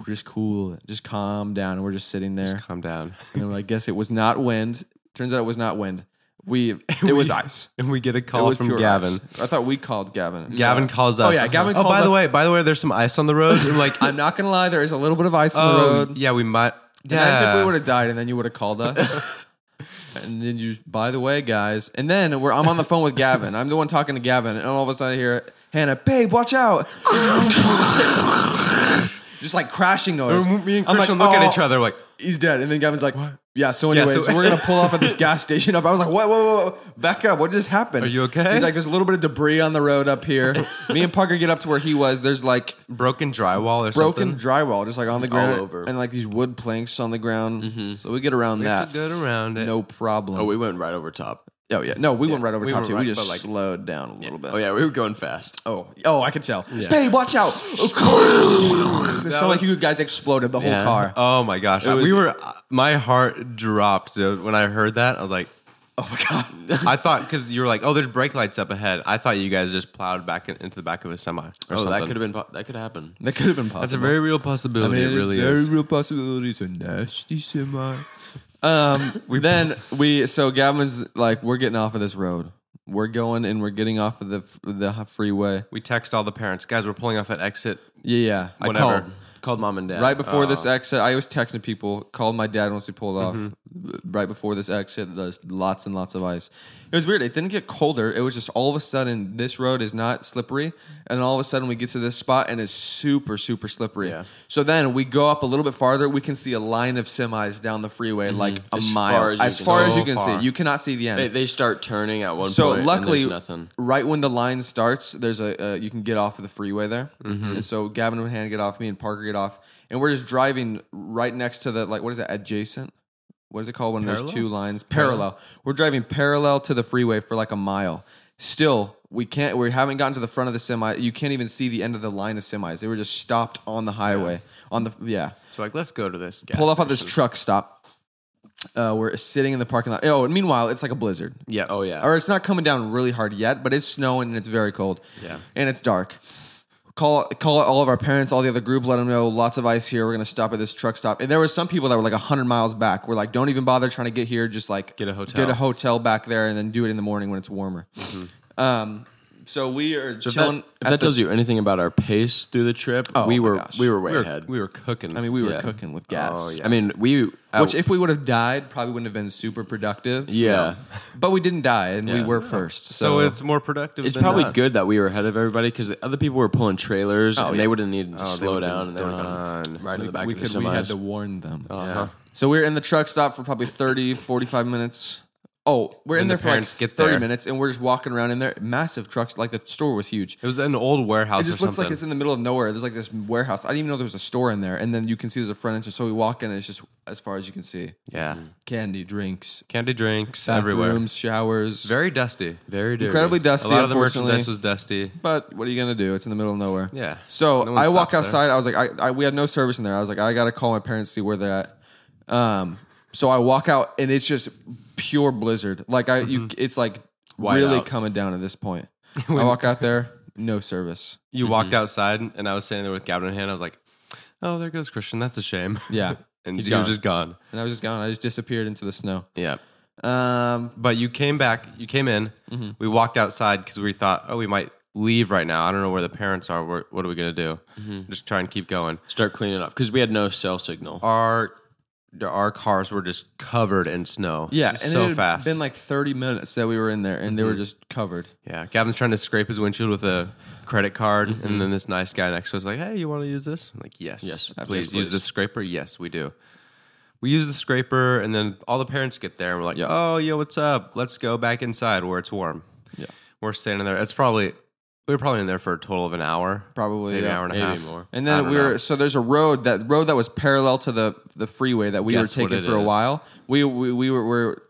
[SPEAKER 1] just cool it. Just calm down. And we're just sitting there.
[SPEAKER 3] Just calm down.
[SPEAKER 1] and I'm like, guess it was not wind. Turns out it was not wind. We it was ice.
[SPEAKER 3] And we get a
[SPEAKER 1] It
[SPEAKER 3] call
[SPEAKER 1] was
[SPEAKER 3] from
[SPEAKER 1] pure
[SPEAKER 3] Gavin.
[SPEAKER 1] ice. I thought we called Gavin.
[SPEAKER 3] Gavin calls us.
[SPEAKER 1] Oh, yeah, Gavin
[SPEAKER 3] Oh,
[SPEAKER 1] calls
[SPEAKER 3] by the
[SPEAKER 1] us.
[SPEAKER 3] way, by the way, there's some ice on the road. And like,
[SPEAKER 1] I'm not gonna lie, there is a little bit of ice on the
[SPEAKER 3] oh,
[SPEAKER 1] road.
[SPEAKER 3] yeah, we might.
[SPEAKER 1] Imagine if
[SPEAKER 3] Yeah.
[SPEAKER 1] we would have died and then you would have called us. and then you, by the way, guys. And then we're, I'm on the phone with Gavin. I'm the one talking to Gavin. And all of a sudden I hear, Hannah, babe, watch out. Just like crashing noise.
[SPEAKER 3] And me and
[SPEAKER 1] I'm like,
[SPEAKER 3] Christian look at each
[SPEAKER 1] "Oh,
[SPEAKER 3] other like,
[SPEAKER 1] He's dead. And then Gavin's like, Yeah, so
[SPEAKER 3] Yeah,
[SPEAKER 1] anyways,
[SPEAKER 3] so-
[SPEAKER 1] we're going to pull off at this gas station up. I was like, Whoa, whoa, whoa, whoa. Back up. What just happened?
[SPEAKER 3] Are you okay?
[SPEAKER 1] He's like, There's a little bit of debris on the road up here. Me and Parker get up to where he was. There's like
[SPEAKER 3] broken drywall or
[SPEAKER 1] broken
[SPEAKER 3] something.
[SPEAKER 1] drywall just like on the ground
[SPEAKER 2] over.
[SPEAKER 1] and like these wood planks on the ground so Mm-hmm. we get around that
[SPEAKER 3] Good around it.
[SPEAKER 1] no problem
[SPEAKER 2] Oh, we went right over top.
[SPEAKER 1] oh yeah no we went right over
[SPEAKER 3] we
[SPEAKER 1] top
[SPEAKER 3] went
[SPEAKER 1] too
[SPEAKER 3] right,
[SPEAKER 1] we just
[SPEAKER 3] but, like-
[SPEAKER 1] slowed down a little bit
[SPEAKER 2] Oh yeah, we were going fast.
[SPEAKER 1] oh oh i could tell hey watch out so like you guys exploded the whole
[SPEAKER 2] Yeah.
[SPEAKER 1] car
[SPEAKER 3] Oh my gosh,
[SPEAKER 1] was-
[SPEAKER 3] we were. uh, My heart dropped dude, when I heard that. I was like,
[SPEAKER 1] oh my god
[SPEAKER 3] I thought because you were like, oh, there's brake lights up ahead. I thought you guys just plowed back in, into the back of a semi. Or
[SPEAKER 2] Oh,
[SPEAKER 3] something.
[SPEAKER 2] that could have been po- that could happen.
[SPEAKER 1] that could have been possible
[SPEAKER 3] That's a very real
[SPEAKER 1] I
[SPEAKER 3] possibility.
[SPEAKER 1] mean,
[SPEAKER 3] it really
[SPEAKER 1] very
[SPEAKER 3] is.
[SPEAKER 1] real possibility. It's a nasty semi. Um, then we so Gavin's like, we're getting off of this road. We're going and we're getting off of the the freeway.
[SPEAKER 3] we text all the parents, guys. We're pulling off at exit.
[SPEAKER 1] Yeah, yeah.
[SPEAKER 3] Whatever.
[SPEAKER 1] I called.
[SPEAKER 2] Called mom and dad.
[SPEAKER 1] Right before
[SPEAKER 2] uh,
[SPEAKER 1] this exit, I was texting people. Called my dad once we pulled off.
[SPEAKER 2] Mm-hmm.
[SPEAKER 1] Right before this exit, there's lots and lots of ice. It was weird. It didn't get colder. It was just all of a sudden this road is not slippery, and all of a sudden we get to this spot and it's super super slippery.
[SPEAKER 2] Yeah.
[SPEAKER 1] So then we go up a little bit farther. We can see a line of semis down the freeway, like a
[SPEAKER 2] Mm-hmm. As
[SPEAKER 1] mile.
[SPEAKER 2] far as you
[SPEAKER 1] as
[SPEAKER 2] can
[SPEAKER 1] far
[SPEAKER 2] see.
[SPEAKER 1] as you
[SPEAKER 3] So
[SPEAKER 1] can
[SPEAKER 3] far.
[SPEAKER 1] see, you cannot see the end.
[SPEAKER 2] They, they start turning at one
[SPEAKER 1] So
[SPEAKER 2] point. and
[SPEAKER 1] luckily,
[SPEAKER 2] there's nothing.
[SPEAKER 1] right when the line starts, there's a uh, you can get off of the freeway there.
[SPEAKER 2] Mm-hmm.
[SPEAKER 1] And so Gavin and Hannah get off, me and Parker get off, and we're just driving right next to the like what is that adjacent? What is it called when there's
[SPEAKER 3] Parallel?
[SPEAKER 1] two lines parallel? We're driving parallel to the freeway for like a mile. Still, we can't. We haven't gotten to the front of the semi. You can't even see the end of the line of semis. They were just stopped on the highway. On the yeah,
[SPEAKER 3] So like, let's go to this. Gas
[SPEAKER 1] pull up at this
[SPEAKER 3] station.
[SPEAKER 1] truck stop. Uh, we're sitting in the parking lot. Oh, and meanwhile, it's like a blizzard
[SPEAKER 3] Yeah.
[SPEAKER 2] Oh yeah.
[SPEAKER 1] or it's not coming down really hard yet, but it's snowing and it's very cold.
[SPEAKER 3] Yeah.
[SPEAKER 1] and it's dark. Call call all of our parents, all the other group, let them know lots of ice here. We're gonna stop at this truck stop. And there were some people that were like hundred miles back. We're like, don't even bother trying to get here. Just like
[SPEAKER 3] Get a hotel.
[SPEAKER 1] get a hotel back there, and then do it in the morning when it's warmer. Um, so we are
[SPEAKER 2] Mm-hmm. If that,
[SPEAKER 1] chilling.
[SPEAKER 2] if that tells you anything about our pace through the trip, we
[SPEAKER 1] my
[SPEAKER 2] were
[SPEAKER 1] gosh.
[SPEAKER 2] we were way
[SPEAKER 3] we were,
[SPEAKER 2] ahead.
[SPEAKER 3] we were cooking.
[SPEAKER 1] I mean, we were
[SPEAKER 2] Yeah.
[SPEAKER 1] cooking with gas.
[SPEAKER 3] Oh, yeah.
[SPEAKER 2] I mean, we uh, I-
[SPEAKER 1] Which, if we would have died, probably wouldn't have been super productive.
[SPEAKER 2] Yeah.
[SPEAKER 1] but we didn't die, and we
[SPEAKER 2] Yeah.
[SPEAKER 1] were first.
[SPEAKER 3] so
[SPEAKER 1] So,
[SPEAKER 3] it's more productive.
[SPEAKER 2] it's
[SPEAKER 3] than
[SPEAKER 2] probably
[SPEAKER 3] not.
[SPEAKER 2] good that we were ahead of everybody because other people were pulling trailers and they would have needed to
[SPEAKER 3] Oh, they
[SPEAKER 2] slow
[SPEAKER 3] would've
[SPEAKER 2] down and they would have
[SPEAKER 3] done.
[SPEAKER 2] gone right in the back
[SPEAKER 1] we
[SPEAKER 2] of the
[SPEAKER 1] could. We had
[SPEAKER 2] semis.
[SPEAKER 1] to warn them.
[SPEAKER 2] Uh-huh.
[SPEAKER 1] So we're in the truck stop for probably 30, 45 minutes. Oh, we're in
[SPEAKER 3] And
[SPEAKER 1] there
[SPEAKER 3] the
[SPEAKER 1] for like
[SPEAKER 3] parents get
[SPEAKER 1] 30
[SPEAKER 3] there.
[SPEAKER 1] minutes and we're just walking around in there. Massive trucks. Like the store was huge.
[SPEAKER 3] It was an old warehouse.
[SPEAKER 1] It just
[SPEAKER 3] or
[SPEAKER 1] looks like
[SPEAKER 3] something.
[SPEAKER 1] it's in the middle of nowhere. There's like this warehouse. I didn't even know there was a store in there. And then you can see there's a front entrance. So we walk in and it's just as far as you can see
[SPEAKER 3] yeah.
[SPEAKER 1] candy, drinks,
[SPEAKER 3] Candy drinks
[SPEAKER 1] Mm.
[SPEAKER 3] everywhere.
[SPEAKER 1] bathrooms, showers.
[SPEAKER 3] Very dusty.
[SPEAKER 2] Very dirty.
[SPEAKER 1] incredibly
[SPEAKER 3] A
[SPEAKER 1] dusty,
[SPEAKER 3] lot of the
[SPEAKER 1] unfortunately.
[SPEAKER 3] merchandise was dusty.
[SPEAKER 1] but what are you gonna do? It's in the middle of nowhere.
[SPEAKER 3] Yeah.
[SPEAKER 1] So
[SPEAKER 3] No one
[SPEAKER 1] I walk
[SPEAKER 3] stops there.
[SPEAKER 1] outside. I was like, I, I we had no service in there. I was like, I gotta call my parents see where they're at. Um, so I walk out and it's just pure blizzard. Like I, you,
[SPEAKER 3] Mm-hmm.
[SPEAKER 1] it's like
[SPEAKER 2] White
[SPEAKER 1] really
[SPEAKER 2] out.
[SPEAKER 1] coming down at this point. I walk out there, no service.
[SPEAKER 3] You walked outside, and I was standing there with Gavin in hand. I was like, "Oh, there goes Christian. That's a shame."
[SPEAKER 1] Yeah,
[SPEAKER 3] and
[SPEAKER 1] He's
[SPEAKER 3] you
[SPEAKER 1] gone.
[SPEAKER 3] were just gone.
[SPEAKER 1] and I was just gone. I just disappeared into the snow.
[SPEAKER 3] Yeah,
[SPEAKER 1] Um,
[SPEAKER 3] but you came back. You came in.
[SPEAKER 1] Mm-hmm.
[SPEAKER 3] We walked outside because we thought, "Oh, we might leave right now. I don't know where the parents are. We're, what are we gonna do?
[SPEAKER 1] Mm-hmm.
[SPEAKER 3] Just try and keep going."
[SPEAKER 2] Start cleaning up because we had no cell signal.
[SPEAKER 3] Our our cars were just covered in snow.
[SPEAKER 1] yeah,
[SPEAKER 3] Just
[SPEAKER 1] and
[SPEAKER 3] so
[SPEAKER 1] it had
[SPEAKER 3] fast. Mm-hmm.
[SPEAKER 1] Been like thirty minutes that we were in there, and they were just covered.
[SPEAKER 3] yeah, Gavin's trying to scrape his windshield with a credit card, and then this nice guy next to us is like, "Hey, you want to use this?" I'm like, "Yes,
[SPEAKER 2] Yes,
[SPEAKER 3] please,
[SPEAKER 2] please,
[SPEAKER 3] use
[SPEAKER 2] please."
[SPEAKER 3] the scraper." Yes, we do. We use the scraper, and then all the parents get there, and we're like, "Oh, yo, what's up? Let's go back inside where it's warm."
[SPEAKER 1] Yeah.
[SPEAKER 3] we're standing there. It's probably we were probably in there for a total of an hour,
[SPEAKER 1] Probably,
[SPEAKER 3] maybe
[SPEAKER 1] yeah.
[SPEAKER 3] an hour and a
[SPEAKER 2] Maybe
[SPEAKER 3] half
[SPEAKER 2] more.
[SPEAKER 1] And
[SPEAKER 3] I
[SPEAKER 1] then
[SPEAKER 3] don't
[SPEAKER 1] we were
[SPEAKER 3] know.
[SPEAKER 1] so there's a road that road that was parallel to the the freeway that we
[SPEAKER 3] Guess
[SPEAKER 1] were
[SPEAKER 3] what
[SPEAKER 1] taking
[SPEAKER 3] it
[SPEAKER 1] for a
[SPEAKER 3] is.
[SPEAKER 1] while. We we we were, were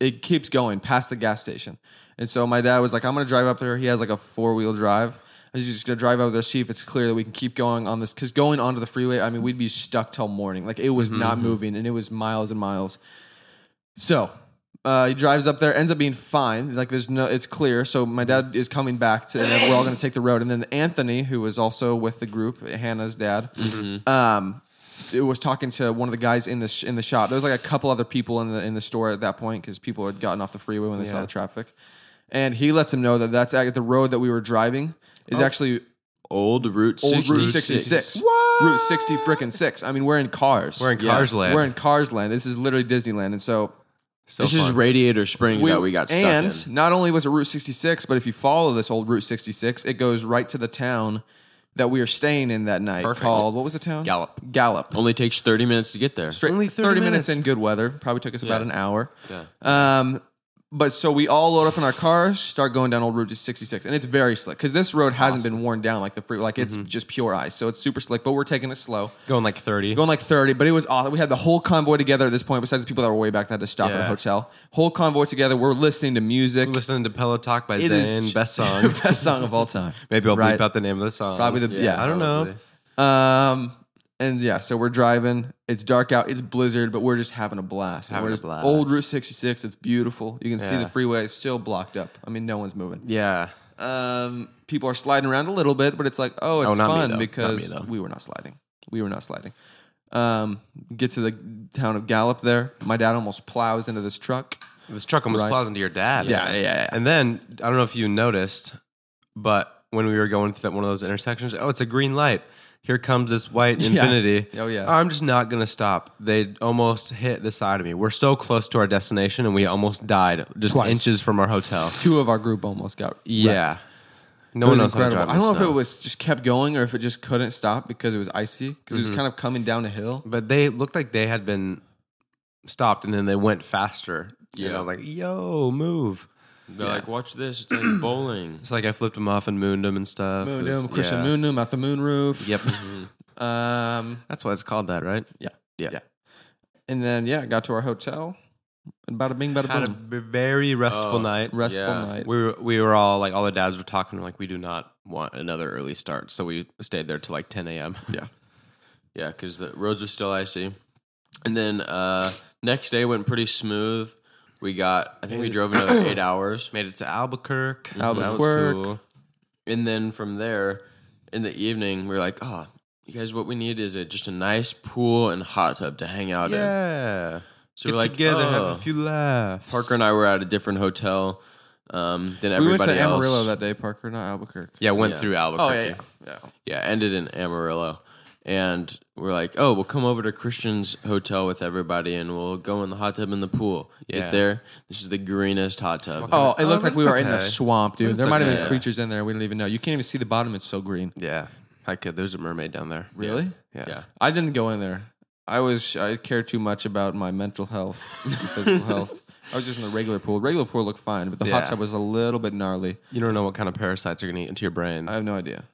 [SPEAKER 1] it keeps going past the gas station, and so my dad was like, "I'm gonna drive up there." He has like a four wheel drive. I was just gonna drive up there see if it's clear that we can keep going on this because going onto the freeway, I mean, we'd
[SPEAKER 3] Mm-hmm,
[SPEAKER 1] be stuck till morning. Like it was not moving, and it was miles and miles. So Uh, he drives up there, ends up being fine. Like there's no, it's clear. So my dad is coming back, to, and then we're all going to take the road. And then Anthony, who was also with the group, Hannah's dad,
[SPEAKER 3] Mm-hmm.
[SPEAKER 1] um, it was talking to one of the guys in the sh- in the shop. There was like a couple other people in the in the store at that point because people had gotten off the freeway when they saw the traffic. And he lets him know that that's act- the road that we were driving is
[SPEAKER 3] Oh.
[SPEAKER 1] actually
[SPEAKER 2] Old Route 66.
[SPEAKER 1] old Route 66. Route 60 freaking 6. I mean, we're in cars.
[SPEAKER 3] We're in cars land.
[SPEAKER 1] We're in cars land. This is literally Disneyland. And so
[SPEAKER 3] So
[SPEAKER 2] This is
[SPEAKER 3] fun.
[SPEAKER 2] Radiator Springs that we got stuck
[SPEAKER 1] and
[SPEAKER 2] in.
[SPEAKER 1] not only was it Route 66, but if you follow this old Route 66, it goes right to the town that we were staying in that night
[SPEAKER 3] Perfect.
[SPEAKER 1] called, what was the town?
[SPEAKER 3] Gallop.
[SPEAKER 1] Gallup.
[SPEAKER 2] Only takes 30 minutes to get there.
[SPEAKER 1] Straight-
[SPEAKER 3] Only 30 minutes.
[SPEAKER 1] in good weather. Probably took us about
[SPEAKER 2] Yeah.
[SPEAKER 1] an hour.
[SPEAKER 2] Yeah.
[SPEAKER 1] Um, but so we all load up in our cars, start going down old Route 66, and it's very slick because this road hasn't been worn down like the free, like it's
[SPEAKER 3] Mm-hmm.
[SPEAKER 1] just pure ice, so it's super slick. But we're taking it slow.
[SPEAKER 3] going like thirty.
[SPEAKER 1] going like 30 but it was awesome we had the whole convoy together at this point besides the people that were way back that had to stop at a
[SPEAKER 3] Yeah.
[SPEAKER 1] hotel whole convoy together we're listening to music
[SPEAKER 3] Listening to Pillow Talk by
[SPEAKER 1] It
[SPEAKER 3] Zayn,
[SPEAKER 1] is-
[SPEAKER 3] best song.
[SPEAKER 1] best song of all time
[SPEAKER 3] Maybe I'll
[SPEAKER 1] Right.
[SPEAKER 3] bleep out the name of the song.
[SPEAKER 1] probably the yeah,
[SPEAKER 2] Yeah,
[SPEAKER 3] I don't know.
[SPEAKER 2] Probably.
[SPEAKER 1] um and yeah so we're driving it's dark out it's blizzard but we're just having a blast And
[SPEAKER 3] Having
[SPEAKER 1] we're
[SPEAKER 3] a
[SPEAKER 1] just-
[SPEAKER 3] blast.
[SPEAKER 1] old route 66 it's beautiful you can see
[SPEAKER 3] Yeah.
[SPEAKER 1] the freeway is still blocked up i mean no one's moving
[SPEAKER 3] Yeah.
[SPEAKER 1] um people are sliding around a little bit but it's like oh it's
[SPEAKER 3] Oh, not me,
[SPEAKER 1] fun
[SPEAKER 3] though. Not me,
[SPEAKER 1] because
[SPEAKER 3] though.
[SPEAKER 1] we were not sliding we were not sliding um get to the town of gallup there my dad almost plows into this truck
[SPEAKER 3] This truck almost
[SPEAKER 1] Right.
[SPEAKER 3] plows into your dad.
[SPEAKER 1] Yeah, yeah, yeah.
[SPEAKER 3] And then I don't know if you noticed, but when we were going through that one of those intersections, oh, it's a green light. Here comes this white infinity.
[SPEAKER 1] Oh, yeah.
[SPEAKER 3] I'm just not gonna stop. They almost hit the side of me. We're so close to our destination and we almost died just
[SPEAKER 1] Twice.
[SPEAKER 3] inches from our hotel.
[SPEAKER 1] two of our group almost got wrecked.
[SPEAKER 3] Yeah. No
[SPEAKER 1] it was
[SPEAKER 3] one knows how to
[SPEAKER 1] incredible.
[SPEAKER 3] drive
[SPEAKER 1] I
[SPEAKER 3] in
[SPEAKER 1] don't know
[SPEAKER 3] the
[SPEAKER 1] if it
[SPEAKER 3] snow.
[SPEAKER 1] was just kept going or if it just couldn't stop because it was icy because
[SPEAKER 3] Mm-hmm.
[SPEAKER 1] it was kind of coming down a hill.
[SPEAKER 3] But they looked like they had been stopped and then they went faster. Yeah. And
[SPEAKER 2] Yeah.
[SPEAKER 3] I was like, yo, move.
[SPEAKER 2] They're like, watch this. It's like bowling.
[SPEAKER 3] It's like I flipped them off and mooned them and stuff. It was-
[SPEAKER 1] Christian
[SPEAKER 3] yeah.
[SPEAKER 1] Moon Moon out the moon roof.
[SPEAKER 3] Yep.
[SPEAKER 1] Um.
[SPEAKER 3] That's why it's called that, right?
[SPEAKER 1] Yeah.
[SPEAKER 3] Yeah.
[SPEAKER 1] Yeah. And then yeah, got to our hotel. And bada bing, bada
[SPEAKER 3] Had a
[SPEAKER 1] boom.
[SPEAKER 3] b- very restful
[SPEAKER 2] Oh,
[SPEAKER 3] night.
[SPEAKER 1] Restful
[SPEAKER 2] yeah.
[SPEAKER 1] night.
[SPEAKER 3] We were, we were all like, all the dads were talking, like, we do not want another early start. So we stayed there till like 10 a.m.
[SPEAKER 1] Yeah.
[SPEAKER 2] Yeah, because the roads were still icy. And then uh, next day went pretty smooth. We got, I think we drove another eight hours.
[SPEAKER 3] Made it to Mm-hmm. Albuquerque. That was
[SPEAKER 1] Albuquerque.
[SPEAKER 3] cool.
[SPEAKER 2] And then from there, in the evening, we are like, oh, you guys, what we need is a, just a nice pool and hot tub to hang out in.
[SPEAKER 3] Yeah.
[SPEAKER 2] So
[SPEAKER 3] Get
[SPEAKER 2] we're like,
[SPEAKER 3] together, have
[SPEAKER 2] "Oh."
[SPEAKER 3] a few laughs.
[SPEAKER 2] Parker and I were at a different hotel um, than
[SPEAKER 1] We went
[SPEAKER 2] everybody
[SPEAKER 1] to Amarillo
[SPEAKER 2] else.
[SPEAKER 1] that day, Parker, not Albuquerque. Oh,
[SPEAKER 3] yeah, went
[SPEAKER 2] Yeah.
[SPEAKER 3] through Albuquerque.
[SPEAKER 1] yeah.
[SPEAKER 2] yeah, ended in Amarillo. And we're like, oh, we'll come over to Christian's hotel with everybody and we'll go in the hot tub in the pool.
[SPEAKER 3] Yeah.
[SPEAKER 2] Get there. This is the greenest hot tub.
[SPEAKER 1] Oh, it
[SPEAKER 3] Oh,
[SPEAKER 1] looked
[SPEAKER 3] but
[SPEAKER 1] like we
[SPEAKER 3] it's
[SPEAKER 1] were in the
[SPEAKER 3] okay.
[SPEAKER 1] swamp, dude.
[SPEAKER 3] It's
[SPEAKER 1] There might have
[SPEAKER 3] okay.
[SPEAKER 1] been
[SPEAKER 2] Yeah.
[SPEAKER 1] creatures in there. We didn't even know. You can't even see the bottom. It's so green.
[SPEAKER 3] Yeah. I could. There's a mermaid down there.
[SPEAKER 1] Really?
[SPEAKER 3] Yeah.
[SPEAKER 2] Yeah.
[SPEAKER 1] I didn't go in there. I was I care too much about my mental health, and physical health. I was just in the regular pool. Regular pool looked fine, but the hot
[SPEAKER 3] Yeah.
[SPEAKER 1] tub was a little bit gnarly.
[SPEAKER 3] You don't know what kind of parasites are going to get into your brain.
[SPEAKER 1] I have no idea.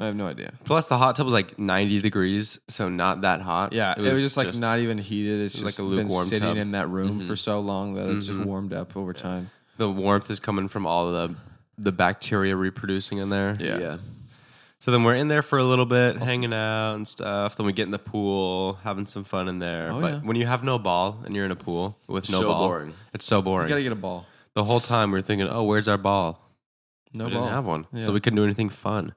[SPEAKER 1] I have no idea.
[SPEAKER 3] Plus, the hot tub was like 90 degrees, so not that hot.
[SPEAKER 1] Yeah, it was, just like not even heated. It's
[SPEAKER 3] it
[SPEAKER 1] just
[SPEAKER 3] was
[SPEAKER 1] like a
[SPEAKER 3] like a
[SPEAKER 1] lukewarm
[SPEAKER 3] lukewarm
[SPEAKER 1] been sitting
[SPEAKER 3] tub. Mm-hmm.
[SPEAKER 1] in that room for so long that it's just warmed up over time.
[SPEAKER 3] The warmth is coming from all the the bacteria reproducing in there.
[SPEAKER 1] Yeah.
[SPEAKER 2] yeah.
[SPEAKER 3] So then we're in there for a little bit, hanging out and stuff. Then we get in the pool, having some fun in there.
[SPEAKER 1] Oh,
[SPEAKER 3] but
[SPEAKER 1] yeah.
[SPEAKER 3] when you have no ball and you're in a pool with no
[SPEAKER 2] So
[SPEAKER 3] ball,
[SPEAKER 2] boring.
[SPEAKER 3] it's so boring.
[SPEAKER 1] You gotta get a ball.
[SPEAKER 3] the whole time we are thinking, "Oh, where's our ball?"
[SPEAKER 1] No
[SPEAKER 3] we
[SPEAKER 1] ball.
[SPEAKER 3] didn't have one,
[SPEAKER 1] Yeah. Uh,
[SPEAKER 3] so we couldn't do anything fun.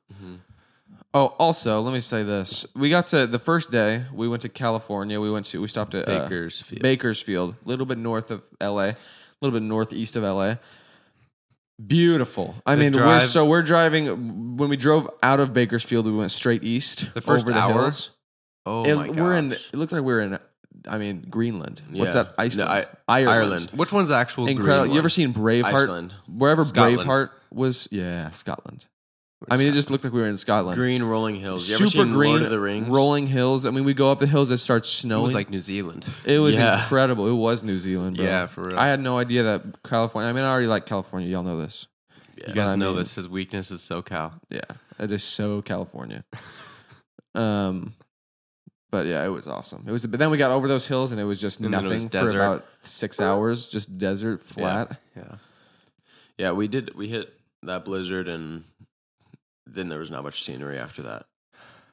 [SPEAKER 1] Oh, also, let me say this: we got to the first day. We went to California. We went to we stopped at uh,
[SPEAKER 3] Bakersfield.
[SPEAKER 1] Bakersfield, a little bit north of LA, a little bit northeast of LA. Beautiful. I mean, we're
[SPEAKER 3] drive-
[SPEAKER 1] so we're driving. When we drove out of Bakersfield, we went straight east.
[SPEAKER 3] The first
[SPEAKER 1] over
[SPEAKER 3] hour?
[SPEAKER 1] the hills.
[SPEAKER 3] oh
[SPEAKER 1] It-
[SPEAKER 3] my gosh.
[SPEAKER 1] we're in. It looked like we are in. I mean, Greenland. What's
[SPEAKER 2] Yeah.
[SPEAKER 1] that? Iceland.
[SPEAKER 2] No, I-
[SPEAKER 1] Ireland.
[SPEAKER 2] Ireland.
[SPEAKER 3] Which one's the actual
[SPEAKER 1] Incredible.
[SPEAKER 3] Green
[SPEAKER 1] You
[SPEAKER 3] one?
[SPEAKER 1] ever seen Braveheart?
[SPEAKER 2] Iceland.
[SPEAKER 1] Wherever
[SPEAKER 3] Scotland.
[SPEAKER 1] Braveheart was, yeah, Scotland. I mean, it just looked like we were in Scotland.
[SPEAKER 2] Green rolling hills. You ever seen Lord of the Rings?
[SPEAKER 1] rolling hills. I mean, we go up the hills, it starts snowing.
[SPEAKER 3] It was like New Zealand.
[SPEAKER 1] It was
[SPEAKER 2] Yeah.
[SPEAKER 1] incredible. It was New Zealand, bro.
[SPEAKER 3] Yeah, for real.
[SPEAKER 1] I had no idea that California. I mean, I already like California. Y'all know this.
[SPEAKER 3] You guys
[SPEAKER 1] I
[SPEAKER 3] know
[SPEAKER 1] mean-
[SPEAKER 3] this. His weakness is SoCal.
[SPEAKER 1] Yeah, that is so California. um, but yeah, it was awesome. It was, but then we got over those hills and it was just
[SPEAKER 3] And then it
[SPEAKER 1] nothing
[SPEAKER 3] was
[SPEAKER 1] for
[SPEAKER 3] desert.
[SPEAKER 1] about six hours, just desert, flat.
[SPEAKER 3] Yeah.
[SPEAKER 2] Yeah, we did. We hit that blizzard and then there was not much scenery after that.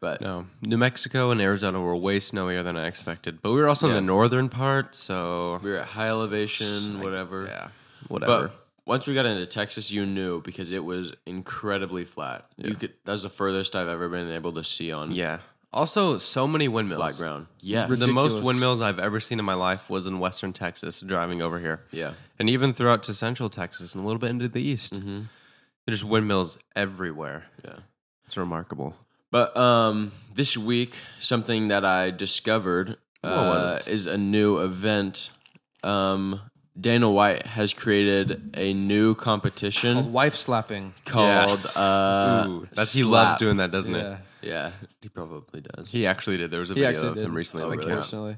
[SPEAKER 2] But
[SPEAKER 3] No, New Mexico and Arizona were way snowier than I expected, but we were also
[SPEAKER 2] Yeah.
[SPEAKER 3] in the northern part, so
[SPEAKER 2] we were at high elevation, whatever.
[SPEAKER 3] yeah,
[SPEAKER 2] But
[SPEAKER 3] whatever.
[SPEAKER 2] once we got into Texas, you knew because it was incredibly flat. You could that was the furthest I've ever been able to see on
[SPEAKER 3] yeah. Also, so many
[SPEAKER 2] flat
[SPEAKER 3] windmills.
[SPEAKER 2] ground. Yeah,
[SPEAKER 3] The most
[SPEAKER 1] Ridiculous.
[SPEAKER 3] windmills I've ever seen in my life was in western Texas driving over here.
[SPEAKER 2] yeah,
[SPEAKER 3] And even throughout to central Texas and a little bit into the east. There's windmills everywhere.
[SPEAKER 2] Mm-hmm. yeah.
[SPEAKER 3] It's remarkable.
[SPEAKER 2] But um, this week, something that I discovered uh,
[SPEAKER 3] was
[SPEAKER 2] is a new event. Um, Dana White has created a new competition
[SPEAKER 1] Wife slapping.
[SPEAKER 2] called uh,
[SPEAKER 3] Oh, Ooh, that's, he
[SPEAKER 2] Slap.
[SPEAKER 3] loves doing that, doesn't
[SPEAKER 1] Yeah.
[SPEAKER 3] it?
[SPEAKER 2] Yeah, he probably does.
[SPEAKER 3] He actually did. There was a
[SPEAKER 1] He
[SPEAKER 3] video
[SPEAKER 1] actually
[SPEAKER 3] of
[SPEAKER 1] did
[SPEAKER 3] him recently.
[SPEAKER 2] Oh,
[SPEAKER 3] that
[SPEAKER 2] really? Oh.
[SPEAKER 3] came out.
[SPEAKER 1] Personally.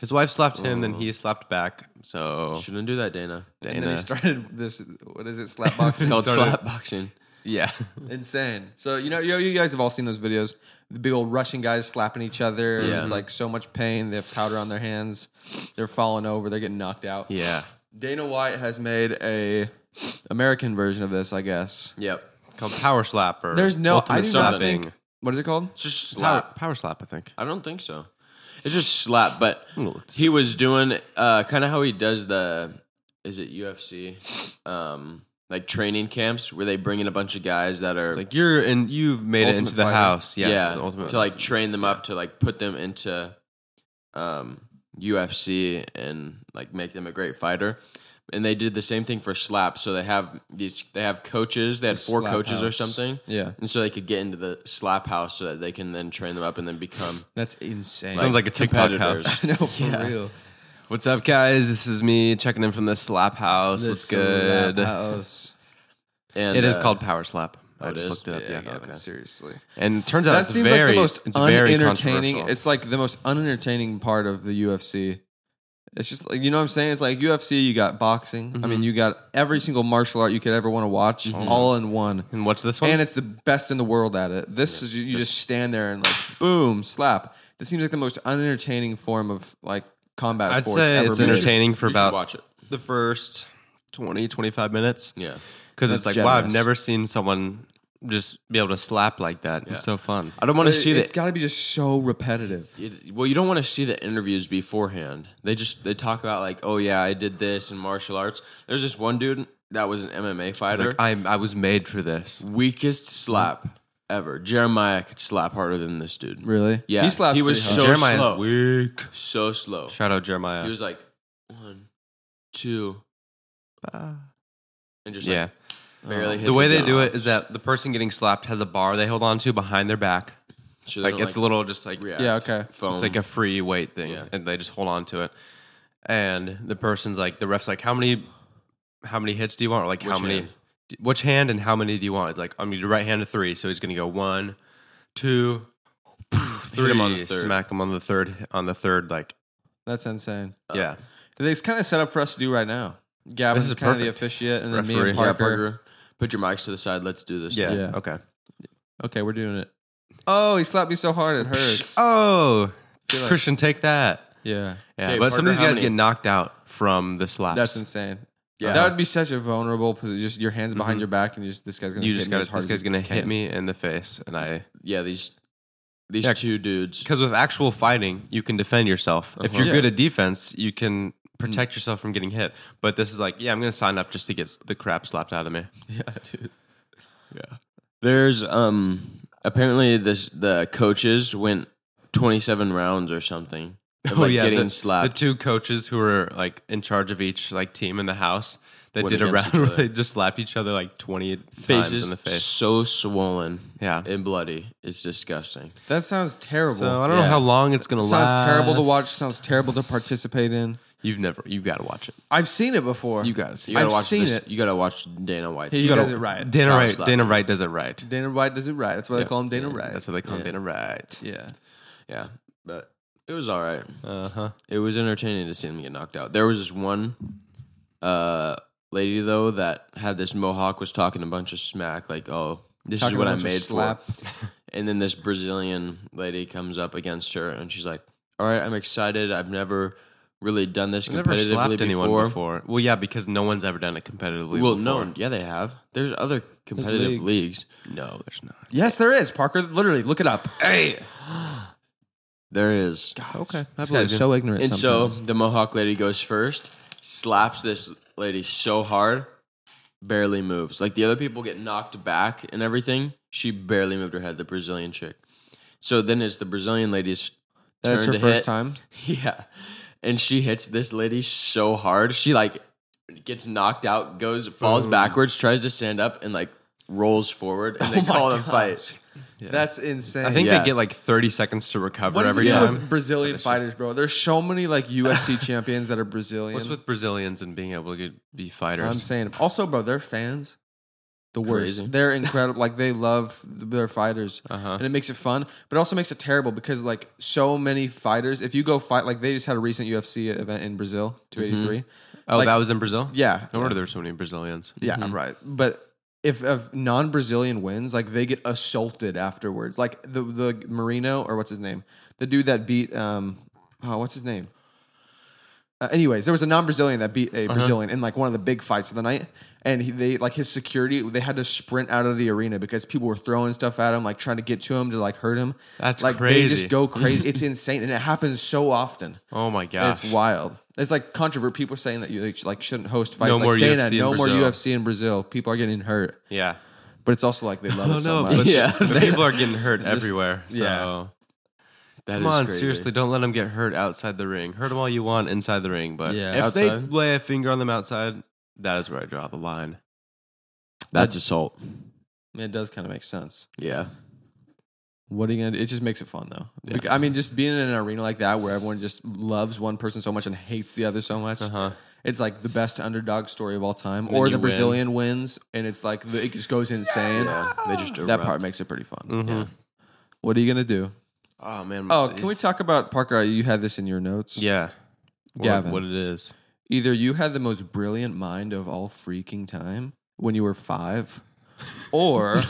[SPEAKER 3] His wife slapped him, then he slapped back. So
[SPEAKER 2] Shouldn't do that, Dana.
[SPEAKER 1] And then
[SPEAKER 3] Dana-
[SPEAKER 1] he started this. What is it? Slapboxing.
[SPEAKER 2] Called
[SPEAKER 3] started-
[SPEAKER 2] slap boxing.
[SPEAKER 3] yeah,
[SPEAKER 1] Insane. So you know, you, you guys have all seen those videos. The big old Russian guys slapping each other. and
[SPEAKER 2] Yeah.
[SPEAKER 1] It's like so much pain. They have powder on their hands. They're falling over. They're getting knocked out.
[SPEAKER 3] yeah.
[SPEAKER 1] Dana White has made a American version of this, I guess.
[SPEAKER 2] Yep.
[SPEAKER 3] Called power slap or
[SPEAKER 1] There's no.
[SPEAKER 3] ultimate
[SPEAKER 1] I do not
[SPEAKER 3] slapping.
[SPEAKER 1] think. What is it called?
[SPEAKER 2] It's just slap.
[SPEAKER 3] power, power slap. I think.
[SPEAKER 2] I don't think so. It's just slap, but
[SPEAKER 3] Well, it's-
[SPEAKER 2] he was doing uh, kind of how he does the is it UFC um, like training camps where they bring in a bunch of guys that are
[SPEAKER 3] Like you're and you've made it
[SPEAKER 1] Ultimate
[SPEAKER 3] into the
[SPEAKER 1] fighter.
[SPEAKER 3] house. Yeah,
[SPEAKER 2] yeah,
[SPEAKER 3] it's the ultimate-
[SPEAKER 2] to like train them up to like put them into um, UFC and like make them a great fighter. And they did the same thing for slap. So they have these they have coaches. They had four
[SPEAKER 1] slap
[SPEAKER 2] coaches or
[SPEAKER 1] house.
[SPEAKER 2] something.
[SPEAKER 1] Yeah.
[SPEAKER 2] And so they could get into the slap house so that they can then train them up and then become
[SPEAKER 1] That's insane.
[SPEAKER 3] sounds like a TikTok
[SPEAKER 2] competitors.
[SPEAKER 3] house.
[SPEAKER 1] I know for real.
[SPEAKER 3] What's up, guys? This is me checking in from the slap house. What's good?
[SPEAKER 1] Slap house.
[SPEAKER 2] and
[SPEAKER 3] It is
[SPEAKER 2] uh,
[SPEAKER 3] called power slap. I
[SPEAKER 2] it
[SPEAKER 3] just
[SPEAKER 2] is?
[SPEAKER 3] looked it up. Yeah,
[SPEAKER 1] Gavin,
[SPEAKER 3] okay.
[SPEAKER 1] Seriously.
[SPEAKER 3] And it turns out
[SPEAKER 1] That
[SPEAKER 3] it's
[SPEAKER 1] seems
[SPEAKER 3] very,
[SPEAKER 1] like the most
[SPEAKER 3] it's very
[SPEAKER 1] unentertaining.
[SPEAKER 3] controversial.
[SPEAKER 1] It's like the most unentertaining part of the UFC. It's just like you know what I'm saying. It's like UFC. You got boxing. I
[SPEAKER 3] Mm-hmm.
[SPEAKER 1] mean, you got every single martial art you could ever want to watch, all in one.
[SPEAKER 3] and what's this one?
[SPEAKER 1] And it's the best in the world at it. This is you, you just stand there and like boom, slap. This seems like the most unentertaining form of like combat
[SPEAKER 3] I'd
[SPEAKER 1] sports
[SPEAKER 3] say
[SPEAKER 1] ever.
[SPEAKER 3] it's
[SPEAKER 1] made.
[SPEAKER 3] entertaining for
[SPEAKER 2] You should
[SPEAKER 3] about
[SPEAKER 2] watch it.
[SPEAKER 3] the first 20, 25 minutes.
[SPEAKER 2] Yeah.
[SPEAKER 3] Because it's like,
[SPEAKER 1] That's
[SPEAKER 3] wow, I've
[SPEAKER 1] generous.
[SPEAKER 3] never seen someone just be able to slap like that. It's so fun.
[SPEAKER 2] I don't want
[SPEAKER 1] But
[SPEAKER 2] to see
[SPEAKER 1] it's
[SPEAKER 2] the
[SPEAKER 1] got to be just so repetitive.
[SPEAKER 2] it- well. You don't want to see the interviews beforehand. They just they talk about like, oh yeah, I did this in martial arts. There's this one dude that was an MMA fighter,
[SPEAKER 3] Like, I, I was made for this.
[SPEAKER 2] weakest slap ever. Jeremiah could slap harder than this dude.
[SPEAKER 1] Really?
[SPEAKER 2] Yeah,
[SPEAKER 1] He slaps.
[SPEAKER 2] He was
[SPEAKER 1] pretty hard.
[SPEAKER 2] so
[SPEAKER 3] Jeremiah's
[SPEAKER 2] slow,
[SPEAKER 3] weak.
[SPEAKER 2] so slow.
[SPEAKER 3] Shout out Jeremiah.
[SPEAKER 2] He was like one, two, and just
[SPEAKER 3] Uh, yeah.
[SPEAKER 2] like barely. hit
[SPEAKER 3] the way they
[SPEAKER 2] ground.
[SPEAKER 3] do it is that the person getting slapped has a bar they hold on to behind their back.
[SPEAKER 2] So they
[SPEAKER 3] Like
[SPEAKER 2] don't,
[SPEAKER 3] it's a little just like
[SPEAKER 2] react.
[SPEAKER 1] Yeah. Okay.
[SPEAKER 2] Foam.
[SPEAKER 3] It's like a free weight thing,
[SPEAKER 2] Yeah.
[SPEAKER 3] and they just hold on to it. And the person's like, the ref's like, how many, how many hits do you want? Or like, how
[SPEAKER 2] Which
[SPEAKER 3] many,
[SPEAKER 2] hand?
[SPEAKER 3] d- which hand and how many do you want? It's like, I'm gonna do right hand to three, so he's gonna go one, two, three.
[SPEAKER 2] him on the third.
[SPEAKER 3] Smack him on the third, on the third, like,
[SPEAKER 1] That's insane.
[SPEAKER 2] Uh,
[SPEAKER 3] yeah,
[SPEAKER 1] It's kind of set up for us to do right now. Gavin
[SPEAKER 3] This is
[SPEAKER 1] is kind of the
[SPEAKER 3] perfect.
[SPEAKER 1] officiate, and then me
[SPEAKER 3] Referee.
[SPEAKER 1] and
[SPEAKER 2] Yeah,
[SPEAKER 1] Parker.
[SPEAKER 2] Parker, Put your mics to the side. Let's do this.
[SPEAKER 3] yeah,
[SPEAKER 2] thing.
[SPEAKER 1] Yeah.
[SPEAKER 3] okay.
[SPEAKER 1] Okay, we're doing it. Oh, he slapped me so hard it hurts.
[SPEAKER 3] Oh,
[SPEAKER 1] Feel like-
[SPEAKER 3] Christian, take that.
[SPEAKER 1] Yeah,
[SPEAKER 3] Yeah,
[SPEAKER 2] Okay,
[SPEAKER 3] but
[SPEAKER 2] Parker,
[SPEAKER 3] some of these
[SPEAKER 2] how
[SPEAKER 3] guys
[SPEAKER 2] many?
[SPEAKER 3] get knocked out from the slaps.
[SPEAKER 1] that's insane.
[SPEAKER 2] Yeah.
[SPEAKER 1] that would be such a vulnerable position. Just your hands behind your back, and you just this guy's gonna
[SPEAKER 3] Mm-hmm. you
[SPEAKER 1] hit
[SPEAKER 3] just
[SPEAKER 1] me
[SPEAKER 3] got
[SPEAKER 1] as hard
[SPEAKER 3] this
[SPEAKER 1] as
[SPEAKER 3] guy's
[SPEAKER 1] he
[SPEAKER 3] gonna hit
[SPEAKER 1] can.
[SPEAKER 3] me in the face, and I
[SPEAKER 2] yeah. These these
[SPEAKER 3] Yeah.
[SPEAKER 2] two dudes.
[SPEAKER 3] Because with actual fighting, you can defend yourself. If you're
[SPEAKER 1] Yeah.
[SPEAKER 3] good at defense, you can protect yourself from getting hit. But this is like, yeah, I'm going to sign up just to get s- the crap slapped out of me.
[SPEAKER 1] Yeah, dude.
[SPEAKER 2] There's um apparently this the coaches went 27 rounds or something. Of, like getting
[SPEAKER 3] Oh, the,
[SPEAKER 2] slapped.
[SPEAKER 3] The two coaches who were like in charge of each like team in the house that
[SPEAKER 2] Went
[SPEAKER 3] did a
[SPEAKER 2] against
[SPEAKER 3] round
[SPEAKER 2] each
[SPEAKER 3] where
[SPEAKER 2] other.
[SPEAKER 3] they just slapped each other like 20 times
[SPEAKER 2] faces
[SPEAKER 3] in the face.
[SPEAKER 2] so swollen,
[SPEAKER 3] Yeah.
[SPEAKER 2] and bloody. It's disgusting.
[SPEAKER 1] That sounds terrible.
[SPEAKER 3] So I don't know
[SPEAKER 2] Yeah.
[SPEAKER 3] how long it's going to last.
[SPEAKER 1] sounds terrible to watch. Sounds terrible to participate in.
[SPEAKER 3] You've never, you've got to watch it.
[SPEAKER 1] I've seen it before.
[SPEAKER 3] You got to see
[SPEAKER 2] You gotta
[SPEAKER 1] I've
[SPEAKER 2] watch
[SPEAKER 1] seen
[SPEAKER 2] this.
[SPEAKER 1] it.
[SPEAKER 2] You gotta watch Dana White.
[SPEAKER 1] He
[SPEAKER 2] You
[SPEAKER 1] does
[SPEAKER 2] gotta-
[SPEAKER 1] it right.
[SPEAKER 3] Dana
[SPEAKER 2] Power
[SPEAKER 3] Wright,
[SPEAKER 2] slap.
[SPEAKER 3] Dana Wright does it right.
[SPEAKER 1] Dana White does it right. That's why they call him Dana Wright.
[SPEAKER 3] That's what they call him, Dana Wright.
[SPEAKER 1] yeah.
[SPEAKER 2] Yeah, but it was all right.
[SPEAKER 3] Uh huh.
[SPEAKER 2] It was entertaining to see them get knocked out. There was this one uh lady though that had this mohawk was talking a bunch of smack, like, "Oh, this
[SPEAKER 1] Talking
[SPEAKER 2] is what
[SPEAKER 1] a
[SPEAKER 2] I
[SPEAKER 1] bunch of
[SPEAKER 2] made
[SPEAKER 1] slap.
[SPEAKER 2] for." And then this Brazilian lady comes up against her and she's like, All right, I'm excited. I've never really done this
[SPEAKER 3] I've never slapped
[SPEAKER 2] competitively
[SPEAKER 3] anyone
[SPEAKER 2] before.
[SPEAKER 3] before. Well, yeah, because no one's ever done it competitively.
[SPEAKER 2] Well,
[SPEAKER 3] before.
[SPEAKER 2] no, yeah, they have. There's other
[SPEAKER 1] leagues.
[SPEAKER 2] competitive leagues.
[SPEAKER 3] no, there's not.
[SPEAKER 1] Yes, there is Parker. Literally, look it up.
[SPEAKER 2] Hey, there is.
[SPEAKER 1] okay,
[SPEAKER 3] I
[SPEAKER 1] this
[SPEAKER 3] believe
[SPEAKER 1] guy's
[SPEAKER 3] you.
[SPEAKER 1] so ignorant.
[SPEAKER 2] And
[SPEAKER 1] sometimes.
[SPEAKER 2] so the Mohawk lady goes first, slaps this lady so hard, barely moves. Like the other people get knocked back and everything. She barely moved her head, the Brazilian chick. So then it's the Brazilian lady's
[SPEAKER 1] that's her
[SPEAKER 2] turn to
[SPEAKER 1] first
[SPEAKER 2] hit.
[SPEAKER 1] time.
[SPEAKER 2] Yeah. And she hits this lady so hard. She like gets knocked out, goes, falls backwards, tries to stand up, and like rolls forward. And they
[SPEAKER 1] my
[SPEAKER 2] call it a fight.
[SPEAKER 1] That's insane.
[SPEAKER 3] I think
[SPEAKER 2] Yeah.
[SPEAKER 3] they get like 30 seconds to recover
[SPEAKER 1] What does
[SPEAKER 3] every
[SPEAKER 1] it do
[SPEAKER 3] time.
[SPEAKER 1] with Brazilian fighters, bro? There's so many like UFC champions that are Brazilian.
[SPEAKER 3] What's with Brazilians and being able to get, be fighters?
[SPEAKER 1] I'm saying. Also, bro, their fans, the worst.
[SPEAKER 2] Crazy.
[SPEAKER 1] They're incredible. like they love their fighters,
[SPEAKER 3] Uh-huh.
[SPEAKER 1] and it makes it fun, but it also makes it terrible because like so many fighters, if you go fight, like they just had a recent UFC event in Brazil, 283.
[SPEAKER 3] Mm-hmm. oh,
[SPEAKER 1] like-
[SPEAKER 3] that was in Brazil.
[SPEAKER 1] Yeah,
[SPEAKER 3] No wonder there's so many Brazilians.
[SPEAKER 1] yeah, right. But if, if non-Brazilian wins, like they get assaulted afterwards. Like the the Marino or what's his name, the dude that beat um, oh, what's his name? Uh, anyways, there was a non-Brazilian that beat a
[SPEAKER 3] Uh-huh.
[SPEAKER 1] Brazilian in like one of the big fights of the night, and he, they like his security. They had to sprint out of the arena because people were throwing stuff at him, like trying to get to him to like hurt him.
[SPEAKER 3] That's
[SPEAKER 1] like they
[SPEAKER 3] crazy.
[SPEAKER 1] just go crazy. it's insane, and it happens so often.
[SPEAKER 3] Oh my
[SPEAKER 1] And
[SPEAKER 3] gosh.
[SPEAKER 1] It's wild. It's like controversial. People saying that you like, sh- like shouldn't host fights.
[SPEAKER 3] No
[SPEAKER 1] like,
[SPEAKER 3] more
[SPEAKER 1] Dana,
[SPEAKER 3] UFC in
[SPEAKER 1] no more
[SPEAKER 3] Brazil."
[SPEAKER 1] UFC in Brazil. People are getting hurt,
[SPEAKER 3] yeah.
[SPEAKER 1] but it's also like they love it
[SPEAKER 3] Oh
[SPEAKER 1] so
[SPEAKER 3] no,
[SPEAKER 1] much.
[SPEAKER 3] but
[SPEAKER 2] Yeah.
[SPEAKER 3] but people are getting hurt everywhere. So.
[SPEAKER 1] yeah.
[SPEAKER 2] That
[SPEAKER 3] Come
[SPEAKER 2] is
[SPEAKER 3] on,
[SPEAKER 2] crazy.
[SPEAKER 3] seriously, don't let them get hurt outside the ring. Hurt them all you want inside the ring, but
[SPEAKER 1] Yeah,
[SPEAKER 3] if
[SPEAKER 2] outside.
[SPEAKER 3] they lay a finger on them outside, that is where I draw the line.
[SPEAKER 2] That's assault.
[SPEAKER 1] I mean, it does kind of make sense.
[SPEAKER 2] Yeah.
[SPEAKER 1] What are you gonna do? It just makes it fun though. Bec- I mean, just being in an arena like that where everyone just loves one person so much and hates the other so much.
[SPEAKER 3] Uh-huh.
[SPEAKER 1] It's like the best underdog story of all time.
[SPEAKER 3] then
[SPEAKER 1] Or
[SPEAKER 3] you
[SPEAKER 1] the
[SPEAKER 3] win.
[SPEAKER 1] Brazilian wins, and it's like the, it just goes insane.
[SPEAKER 2] Yeah. They just
[SPEAKER 1] That part makes it pretty fun.
[SPEAKER 3] Mhm.
[SPEAKER 1] Yeah. What are you gonna do?
[SPEAKER 2] Oh man.
[SPEAKER 1] Oh, can we talk about Parker? You had this in your notes.
[SPEAKER 3] Yeah. What-
[SPEAKER 1] Gavin.
[SPEAKER 3] What, it is.
[SPEAKER 1] Either you had the most brilliant mind of all freaking time when you were five, or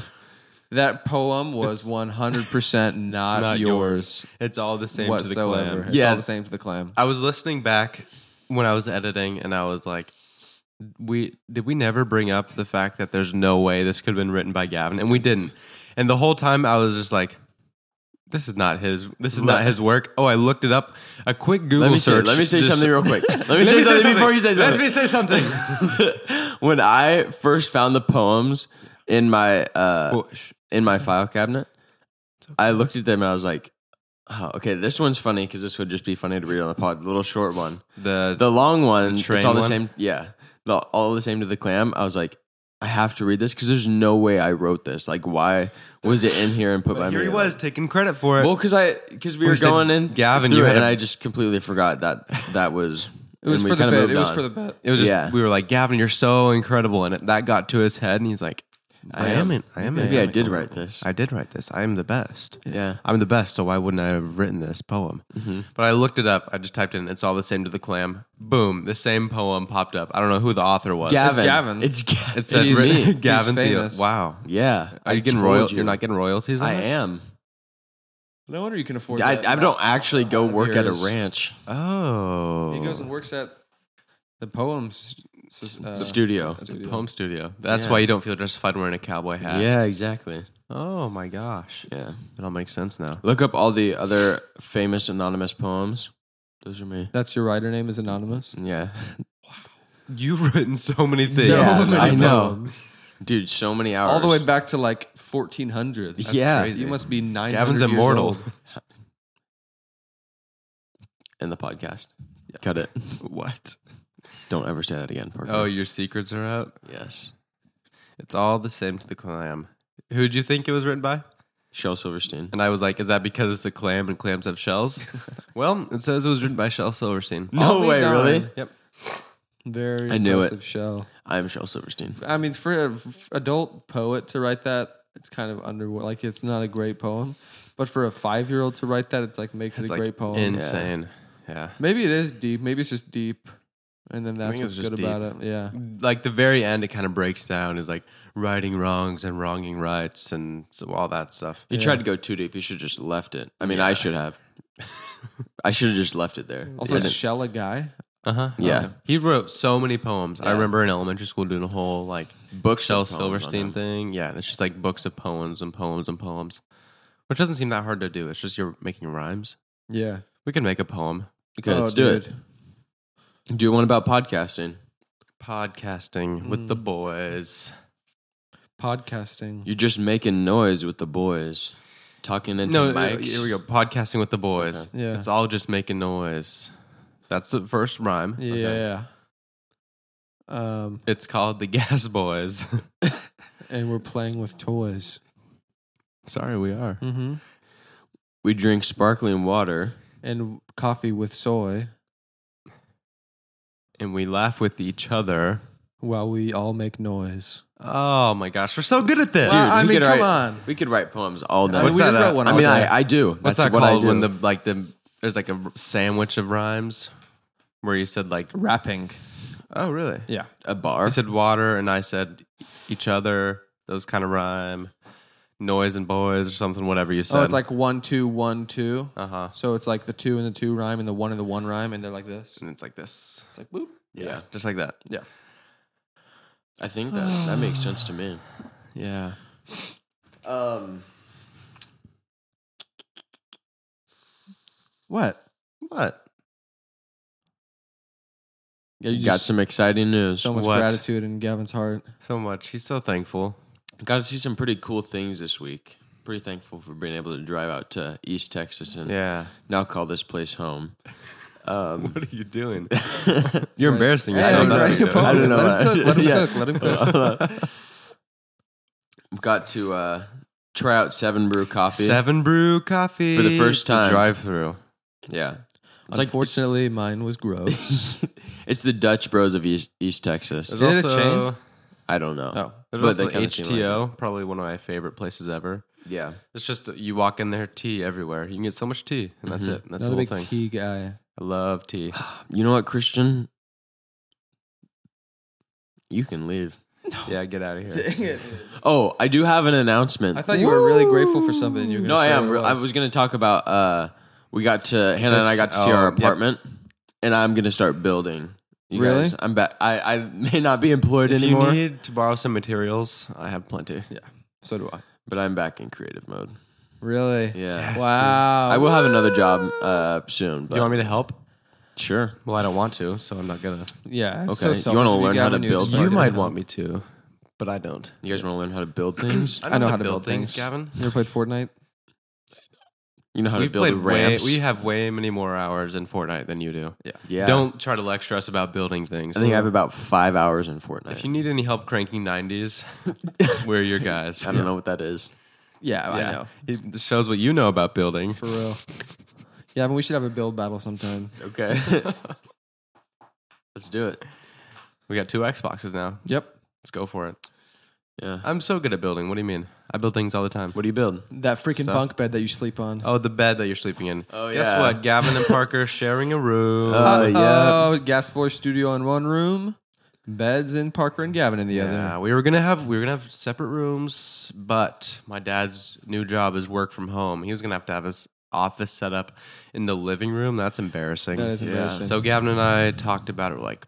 [SPEAKER 1] that poem was 100% not,
[SPEAKER 3] Not
[SPEAKER 1] yours,
[SPEAKER 3] It's all the same to the
[SPEAKER 1] whatsoever.
[SPEAKER 3] clam.
[SPEAKER 1] It's all the same to the clam.
[SPEAKER 3] I was listening back when I was editing, and I was like, "We did we never bring up the fact that there's no way this could have been written by Gavin?" And we didn't. And the whole time I was just like, "This is not his. This is not his work." Oh, I looked it up. A quick Google
[SPEAKER 2] Let me say,
[SPEAKER 3] search.
[SPEAKER 2] let me say
[SPEAKER 3] just-
[SPEAKER 2] something real quick. Let me,
[SPEAKER 3] Let
[SPEAKER 2] say,
[SPEAKER 3] me
[SPEAKER 2] something, before you say
[SPEAKER 3] Let
[SPEAKER 2] something.
[SPEAKER 3] me say something.
[SPEAKER 2] when I first found the poems in my uh,
[SPEAKER 3] Well, sh-
[SPEAKER 2] in my file cabinet, I looked at them and I was like, oh, okay, this one's funny because this would just be funny to read on the pod. The little short one,
[SPEAKER 3] the,
[SPEAKER 2] the long one,
[SPEAKER 3] train
[SPEAKER 2] it's all the
[SPEAKER 3] one?
[SPEAKER 2] same. Yeah, the, all the same to the clam. I was like, I have to read this because there's no way I wrote this. Like, why was it in here and put by
[SPEAKER 3] here
[SPEAKER 2] me?
[SPEAKER 3] he was taking credit for it.
[SPEAKER 2] Well, because I because we
[SPEAKER 3] We
[SPEAKER 2] were
[SPEAKER 3] said,
[SPEAKER 2] going in
[SPEAKER 3] Gavin,
[SPEAKER 2] through
[SPEAKER 3] you
[SPEAKER 2] it,
[SPEAKER 3] had
[SPEAKER 2] and
[SPEAKER 3] a-
[SPEAKER 2] I just completely forgot that that was.
[SPEAKER 1] It was
[SPEAKER 2] and we
[SPEAKER 1] for the
[SPEAKER 2] kinda
[SPEAKER 1] bit.
[SPEAKER 2] moved
[SPEAKER 1] It was
[SPEAKER 2] on.
[SPEAKER 1] for the bit.
[SPEAKER 3] it was just
[SPEAKER 2] yeah.
[SPEAKER 3] we were like, Gavin, you're so incredible, and it, that got to his head, and he's like, I, am. in- I am.
[SPEAKER 2] Maybe I
[SPEAKER 3] in-
[SPEAKER 2] did write this.
[SPEAKER 3] I did write this. I am the best.
[SPEAKER 2] yeah.
[SPEAKER 3] I'm the best, so why wouldn't I have written this poem? But I looked it up. I just typed in, it's all the same to the clam. Boom, the same poem popped up. I don't know who the author was.
[SPEAKER 2] Gavin.
[SPEAKER 1] Gavin.
[SPEAKER 2] It's Gavin.
[SPEAKER 3] It says
[SPEAKER 1] He's-
[SPEAKER 3] written,
[SPEAKER 1] he's
[SPEAKER 3] Gavin Thiel.
[SPEAKER 1] famous.
[SPEAKER 3] Wow.
[SPEAKER 2] yeah.
[SPEAKER 3] Are you getting
[SPEAKER 2] told
[SPEAKER 3] royal? You. are not getting royalties on
[SPEAKER 2] I
[SPEAKER 3] it?
[SPEAKER 2] am.
[SPEAKER 1] No wonder you can afford
[SPEAKER 2] I,
[SPEAKER 1] that.
[SPEAKER 2] I don't actually go work at a
[SPEAKER 1] Years. Uh,
[SPEAKER 2] ranch
[SPEAKER 3] Oh.
[SPEAKER 1] He goes and works at the poems uh,
[SPEAKER 2] studio.
[SPEAKER 1] studio.
[SPEAKER 3] Poem studio. That's
[SPEAKER 2] Yeah.
[SPEAKER 3] why you don't feel justified wearing a cowboy hat.
[SPEAKER 2] Yeah, exactly.
[SPEAKER 3] Oh my gosh.
[SPEAKER 2] Yeah.
[SPEAKER 3] It all makes sense now.
[SPEAKER 2] Look up all the other famous anonymous poems. Those are me.
[SPEAKER 1] That's your writer name is anonymous.
[SPEAKER 2] Yeah.
[SPEAKER 3] You've written so many things.
[SPEAKER 2] Yeah,
[SPEAKER 1] So many
[SPEAKER 2] I know.
[SPEAKER 1] poems.
[SPEAKER 2] Dude, so many hours.
[SPEAKER 1] All the way back to like 1400. That's
[SPEAKER 2] yeah.
[SPEAKER 1] crazy. You must be nine.
[SPEAKER 3] Gavin's immortal.
[SPEAKER 2] In the podcast. Cut it.
[SPEAKER 3] What?
[SPEAKER 2] Don't ever say that again, Parker.
[SPEAKER 3] Oh, your secrets are out?
[SPEAKER 2] yes.
[SPEAKER 3] It's all the same to the clam. Who'd you think it was written by?
[SPEAKER 2] Shel Silverstein.
[SPEAKER 3] And I was like, is that because it's a clam and clams have shells? well, it says it was written by Shel Silverstein.
[SPEAKER 1] Oddly done.
[SPEAKER 3] Yep.
[SPEAKER 1] Very
[SPEAKER 2] I knew it.
[SPEAKER 1] impressive shell.
[SPEAKER 2] I am Shel Silverstein.
[SPEAKER 1] I mean, for an adult poet to write that, it's kind of under like it's not a great poem. But for a five year old to write that, it's like makes it
[SPEAKER 3] It's
[SPEAKER 1] a
[SPEAKER 3] like
[SPEAKER 1] great poem.
[SPEAKER 3] insane. Yeah.
[SPEAKER 1] Maybe it is deep. Maybe it's just deep, and then that's
[SPEAKER 3] think
[SPEAKER 1] what's
[SPEAKER 3] it's
[SPEAKER 1] good
[SPEAKER 3] just
[SPEAKER 1] about it. Yeah,
[SPEAKER 3] Like the very end, it kind of breaks down is like righting wrongs and wronging rights and so all that stuff.
[SPEAKER 2] You tried to go too deep. You should just left it. I mean, I should have. I should have just left it there.
[SPEAKER 1] Mm. Also,
[SPEAKER 2] Yeah.
[SPEAKER 1] Shell a guy.
[SPEAKER 3] Uh huh.
[SPEAKER 2] Yeah.
[SPEAKER 3] He wrote so many poems. I
[SPEAKER 2] Yeah.
[SPEAKER 3] remember in elementary school doing a whole like
[SPEAKER 2] books
[SPEAKER 3] Shel
[SPEAKER 2] of poems on
[SPEAKER 3] Silverstein
[SPEAKER 2] him.
[SPEAKER 3] thing. Yeah, and it's just like books of poems and poems and poems, which doesn't seem that hard to do. It's just you're making rhymes.
[SPEAKER 1] Yeah.
[SPEAKER 3] We can make a poem.
[SPEAKER 2] Okay,
[SPEAKER 1] oh,
[SPEAKER 2] let's do it. Do one about podcasting.
[SPEAKER 3] Podcasting with the boys.
[SPEAKER 1] Podcasting.
[SPEAKER 2] You're just making noise with the boys, talking into
[SPEAKER 1] uh,
[SPEAKER 3] No, uh,
[SPEAKER 2] mics.
[SPEAKER 3] here we go. Podcasting with the boys.
[SPEAKER 1] Okay. Yeah.
[SPEAKER 3] It's all just making noise. That's the first rhyme.
[SPEAKER 1] yeah. yeah, yeah. Um,
[SPEAKER 3] It's called the Gas Boys.
[SPEAKER 1] and we're playing with toys.
[SPEAKER 3] Sorry, we are.
[SPEAKER 1] Mm-hmm.
[SPEAKER 2] We drink sparkling water.
[SPEAKER 1] And coffee with soy
[SPEAKER 3] And we laugh with each other.
[SPEAKER 1] while we all make noise.
[SPEAKER 3] Oh my gosh, we're so good at this.
[SPEAKER 2] Dude,
[SPEAKER 1] Well, Uh, I
[SPEAKER 2] we
[SPEAKER 1] mean,
[SPEAKER 2] could
[SPEAKER 1] come
[SPEAKER 2] write-
[SPEAKER 1] on.
[SPEAKER 2] We could write poems all
[SPEAKER 1] I
[SPEAKER 2] day.
[SPEAKER 1] mean,
[SPEAKER 3] What's
[SPEAKER 1] we just
[SPEAKER 3] that, uh,
[SPEAKER 1] wrote one.
[SPEAKER 2] I
[SPEAKER 1] all
[SPEAKER 2] mean,
[SPEAKER 1] day.
[SPEAKER 2] I, I do.
[SPEAKER 3] What's
[SPEAKER 2] That's
[SPEAKER 3] that
[SPEAKER 2] what I
[SPEAKER 3] called
[SPEAKER 2] do.
[SPEAKER 3] when the like the there's like a r- sandwich of rhymes where you said like
[SPEAKER 1] rapping.
[SPEAKER 3] oh really?
[SPEAKER 1] Yeah.
[SPEAKER 2] a
[SPEAKER 3] I
[SPEAKER 2] bar.
[SPEAKER 3] said water and I said each other. Those kind of rhyme, noise and boys or something. Whatever you said.
[SPEAKER 1] Oh, it's like one, two, one, two.
[SPEAKER 3] uh huh.
[SPEAKER 1] So it's like the two and the two rhyme and the one and the one rhyme, and they're like this.
[SPEAKER 3] And it's like this.
[SPEAKER 1] It's like boop.
[SPEAKER 2] Yeah.
[SPEAKER 3] just like that.
[SPEAKER 1] Yeah.
[SPEAKER 2] I think that that makes sense to me.
[SPEAKER 3] Yeah.
[SPEAKER 2] Um,
[SPEAKER 1] What?
[SPEAKER 3] What?
[SPEAKER 1] Yeah, you
[SPEAKER 2] got
[SPEAKER 1] just-
[SPEAKER 2] some exciting news.
[SPEAKER 1] so much
[SPEAKER 3] what?
[SPEAKER 1] gratitude in Gavin's heart.
[SPEAKER 3] So much. He's so thankful.
[SPEAKER 2] got to see some pretty cool things this week. Pretty thankful for being able to drive out to East Texas and
[SPEAKER 3] Yeah.
[SPEAKER 2] now call this place home. Um,
[SPEAKER 3] What are you doing? You're
[SPEAKER 1] Right.
[SPEAKER 3] embarrassing
[SPEAKER 1] Hey,
[SPEAKER 3] yourself.
[SPEAKER 1] he's
[SPEAKER 3] That's
[SPEAKER 1] writing
[SPEAKER 3] what you're
[SPEAKER 1] a
[SPEAKER 3] doing.
[SPEAKER 1] poem.
[SPEAKER 2] I don't know.
[SPEAKER 1] Let him cook, let him
[SPEAKER 2] Yeah.
[SPEAKER 1] cook, let him cook.
[SPEAKER 2] got to uh, try out Seven Brew Coffee.
[SPEAKER 3] Seven brew coffee
[SPEAKER 2] For the first time.
[SPEAKER 3] Drive through.
[SPEAKER 2] Yeah. It's like
[SPEAKER 1] Unfortunately, mine was gross.
[SPEAKER 2] it's the Dutch Bros of East, East Texas.
[SPEAKER 3] There's
[SPEAKER 1] Is it a
[SPEAKER 3] also,
[SPEAKER 1] chain?
[SPEAKER 2] I don't know.
[SPEAKER 1] oh,
[SPEAKER 3] There's
[SPEAKER 2] But
[SPEAKER 3] also
[SPEAKER 2] they kinda seem like
[SPEAKER 3] HTO, probably one of my favorite places ever.
[SPEAKER 2] Yeah.
[SPEAKER 3] It's just uh, you walk in there, tea everywhere. You can get so much tea, and that's it. That's
[SPEAKER 1] not
[SPEAKER 3] the
[SPEAKER 1] a
[SPEAKER 3] whole
[SPEAKER 1] big
[SPEAKER 3] thing.
[SPEAKER 1] tea guy.
[SPEAKER 3] I love tea.
[SPEAKER 2] You know what, Christian? You can leave.
[SPEAKER 3] Yeah, get out of here.
[SPEAKER 1] it!
[SPEAKER 2] Oh, I do have an announcement.
[SPEAKER 1] I thought you were really grateful for something. You were
[SPEAKER 2] No,
[SPEAKER 1] gonna
[SPEAKER 2] I
[SPEAKER 1] say
[SPEAKER 2] am.
[SPEAKER 1] what it
[SPEAKER 2] I was going to talk about. Uh, we got to Hannah and I got
[SPEAKER 3] That's-
[SPEAKER 2] to see our
[SPEAKER 3] oh, yep.
[SPEAKER 2] apartment, and I'm going to start building. You
[SPEAKER 1] Really?
[SPEAKER 2] guys, I'm back. I, I may not be employed
[SPEAKER 3] If
[SPEAKER 2] anymore,
[SPEAKER 3] you need to borrow some materials, I have plenty.
[SPEAKER 1] So do I.
[SPEAKER 2] but I'm back in creative mode.
[SPEAKER 1] Really?
[SPEAKER 2] Yeah.
[SPEAKER 1] Wow.
[SPEAKER 2] I will have another job uh, soon. But
[SPEAKER 3] Do you want me to help?
[SPEAKER 2] Sure.
[SPEAKER 3] Well, I don't want to, so I'm not gonna.
[SPEAKER 1] Yeah. it's
[SPEAKER 2] Okay,
[SPEAKER 1] So
[SPEAKER 2] you wanna
[SPEAKER 1] selfish of
[SPEAKER 2] learn how
[SPEAKER 1] Gavin,
[SPEAKER 2] to
[SPEAKER 1] you
[SPEAKER 2] build
[SPEAKER 1] just
[SPEAKER 2] You
[SPEAKER 1] started
[SPEAKER 2] might
[SPEAKER 1] it.
[SPEAKER 3] me to, but I don't.
[SPEAKER 2] You guys want to learn how to build things?
[SPEAKER 1] I know how to build things.
[SPEAKER 3] Gavin.
[SPEAKER 1] You ever played Fortnite?
[SPEAKER 2] You know how
[SPEAKER 3] We
[SPEAKER 2] to build
[SPEAKER 3] played way.
[SPEAKER 2] ramps.
[SPEAKER 3] We have way many more hours in Fortnite than you do.
[SPEAKER 2] yeah.
[SPEAKER 3] Don't try to lecture us about building things.
[SPEAKER 2] I think I have about five hours in Fortnite.
[SPEAKER 3] if you need any help cranking 90s, we're your guys.
[SPEAKER 2] I don't know what that is.
[SPEAKER 1] Yeah, I know.
[SPEAKER 3] It shows what you know about building.
[SPEAKER 1] For real. Yeah, I mean, we should have a build battle sometime.
[SPEAKER 2] Okay. Let's do it.
[SPEAKER 3] We got two Xboxes now.
[SPEAKER 1] Yep.
[SPEAKER 3] Let's go for it.
[SPEAKER 2] Yeah.
[SPEAKER 3] I'm so good at building. What do you mean? I build things all the time.
[SPEAKER 2] What do you build?
[SPEAKER 1] That freaking
[SPEAKER 3] Stuff.
[SPEAKER 1] bunk bed that you sleep on.
[SPEAKER 3] Oh, the bed that you're sleeping in.
[SPEAKER 2] Oh,
[SPEAKER 3] Guess
[SPEAKER 2] yeah.
[SPEAKER 3] what? Gavin and Parker sharing a room.
[SPEAKER 2] Uh,
[SPEAKER 1] Uh-oh, Gas Boy Studio in one room, beds in Parker and Gavin in the
[SPEAKER 3] yeah,
[SPEAKER 1] other.
[SPEAKER 3] we were gonna have we were gonna have separate rooms, but my dad's new job is work from home. He was gonna have to have his office set up in the living room. That's embarrassing.
[SPEAKER 1] That is
[SPEAKER 2] Yeah.
[SPEAKER 1] embarrassing.
[SPEAKER 3] So Gavin and I talked about it. We're like,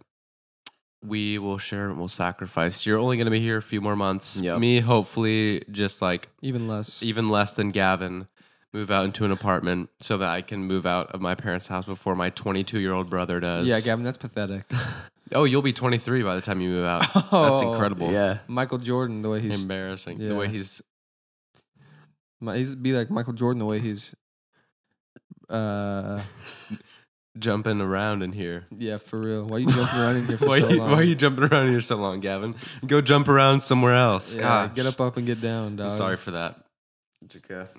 [SPEAKER 3] we will share and we'll sacrifice. You're only going to be here a few more months.
[SPEAKER 2] Yep.
[SPEAKER 3] Me, hopefully, just like
[SPEAKER 1] Even less.
[SPEAKER 3] even less than Gavin, move out into an apartment so that I can move out of my parents' house before my 22 year old brother does.
[SPEAKER 1] Yeah, Gavin, that's pathetic.
[SPEAKER 3] Oh, you'll be 23 by the time you move out. That's
[SPEAKER 1] Oh.
[SPEAKER 3] incredible.
[SPEAKER 2] Yeah.
[SPEAKER 1] Michael Jordan, the way he's.
[SPEAKER 3] Embarrassing.
[SPEAKER 1] Yeah.
[SPEAKER 3] The way he's
[SPEAKER 1] My, he's be like Michael Jordan, the way he's. Uh,
[SPEAKER 3] jumping around in here.
[SPEAKER 1] yeah, for real. Why you jumping around in here for
[SPEAKER 3] Why,
[SPEAKER 1] so
[SPEAKER 3] you,
[SPEAKER 1] long?
[SPEAKER 3] why are you jumping around here so long, Gavin? Go jump around somewhere else.
[SPEAKER 1] Yeah,
[SPEAKER 3] Gosh.
[SPEAKER 1] get up, up, and get down, dog.
[SPEAKER 3] I'm sorry for that.
[SPEAKER 2] Okay.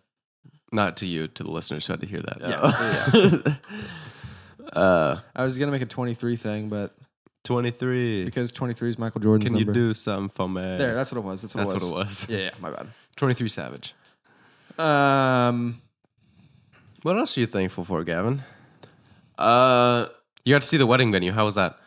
[SPEAKER 3] Not to you, to the listeners who had to hear that.
[SPEAKER 2] Yeah. uh,
[SPEAKER 1] I was gonna make a 23 thing, but
[SPEAKER 3] 23.
[SPEAKER 1] because 23 is Michael Jordan's
[SPEAKER 3] Can you
[SPEAKER 1] number.
[SPEAKER 3] do something for me?
[SPEAKER 1] there, that's what it was. That's what
[SPEAKER 3] That's
[SPEAKER 1] it was.
[SPEAKER 3] what it was.
[SPEAKER 1] Yeah, yeah, my bad.
[SPEAKER 3] 23 Savage.
[SPEAKER 1] Um,
[SPEAKER 3] What else are you thankful for, Gavin?
[SPEAKER 2] uh,
[SPEAKER 3] You got to see the wedding venue. How was that?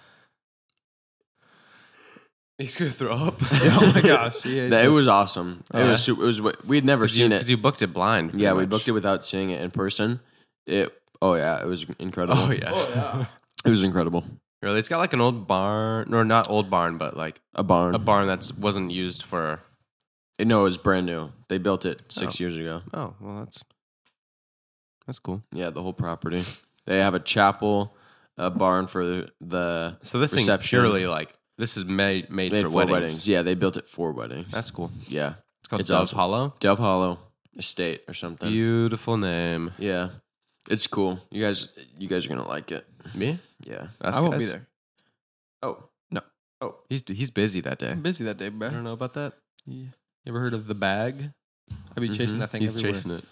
[SPEAKER 3] He's going to throw up. oh my gosh.
[SPEAKER 1] yeah, it's
[SPEAKER 2] that- it
[SPEAKER 1] a-
[SPEAKER 2] was awesome. It
[SPEAKER 3] yeah?
[SPEAKER 2] was super. It was. We had never
[SPEAKER 3] Because you,
[SPEAKER 2] seen it.
[SPEAKER 3] 'cause you booked it blind.
[SPEAKER 2] yeah, we booked it without seeing it in person. It Oh yeah, it was incredible.
[SPEAKER 3] Oh yeah.
[SPEAKER 2] it was incredible.
[SPEAKER 3] Really, it's got like an old barn, or not old barn, but like
[SPEAKER 2] A barn.
[SPEAKER 3] a barn that wasn't used for.
[SPEAKER 2] No, it was brand new. They built it six
[SPEAKER 3] Oh.
[SPEAKER 2] years ago.
[SPEAKER 3] Oh well, that's that's cool.
[SPEAKER 2] Yeah, the whole property. They have a chapel, a barn for the
[SPEAKER 3] So this thing's
[SPEAKER 2] Reception.
[SPEAKER 3] purely like this is made made,
[SPEAKER 2] made
[SPEAKER 3] for,
[SPEAKER 2] for
[SPEAKER 3] weddings.
[SPEAKER 2] weddings. Yeah, they built it for weddings.
[SPEAKER 3] That's cool.
[SPEAKER 2] yeah,
[SPEAKER 3] It's called
[SPEAKER 2] It's
[SPEAKER 3] Dove
[SPEAKER 2] awesome.
[SPEAKER 3] Hollow.
[SPEAKER 2] Dove Hollow Estate or something.
[SPEAKER 3] Beautiful name.
[SPEAKER 2] yeah, it's cool. You guys, you guys are gonna like it.
[SPEAKER 3] Me?
[SPEAKER 2] Yeah.
[SPEAKER 3] Us
[SPEAKER 1] I won't
[SPEAKER 3] guys?
[SPEAKER 1] be there.
[SPEAKER 2] Oh
[SPEAKER 1] No.
[SPEAKER 2] Oh,
[SPEAKER 3] He's he's busy that day.
[SPEAKER 1] I'm busy that day,
[SPEAKER 3] I don't
[SPEAKER 1] bro.
[SPEAKER 3] know about that.
[SPEAKER 1] You ever heard of the bag? I'd be chasing
[SPEAKER 2] Mhm.
[SPEAKER 1] that thing
[SPEAKER 3] He's
[SPEAKER 1] everywhere.
[SPEAKER 3] chasing it.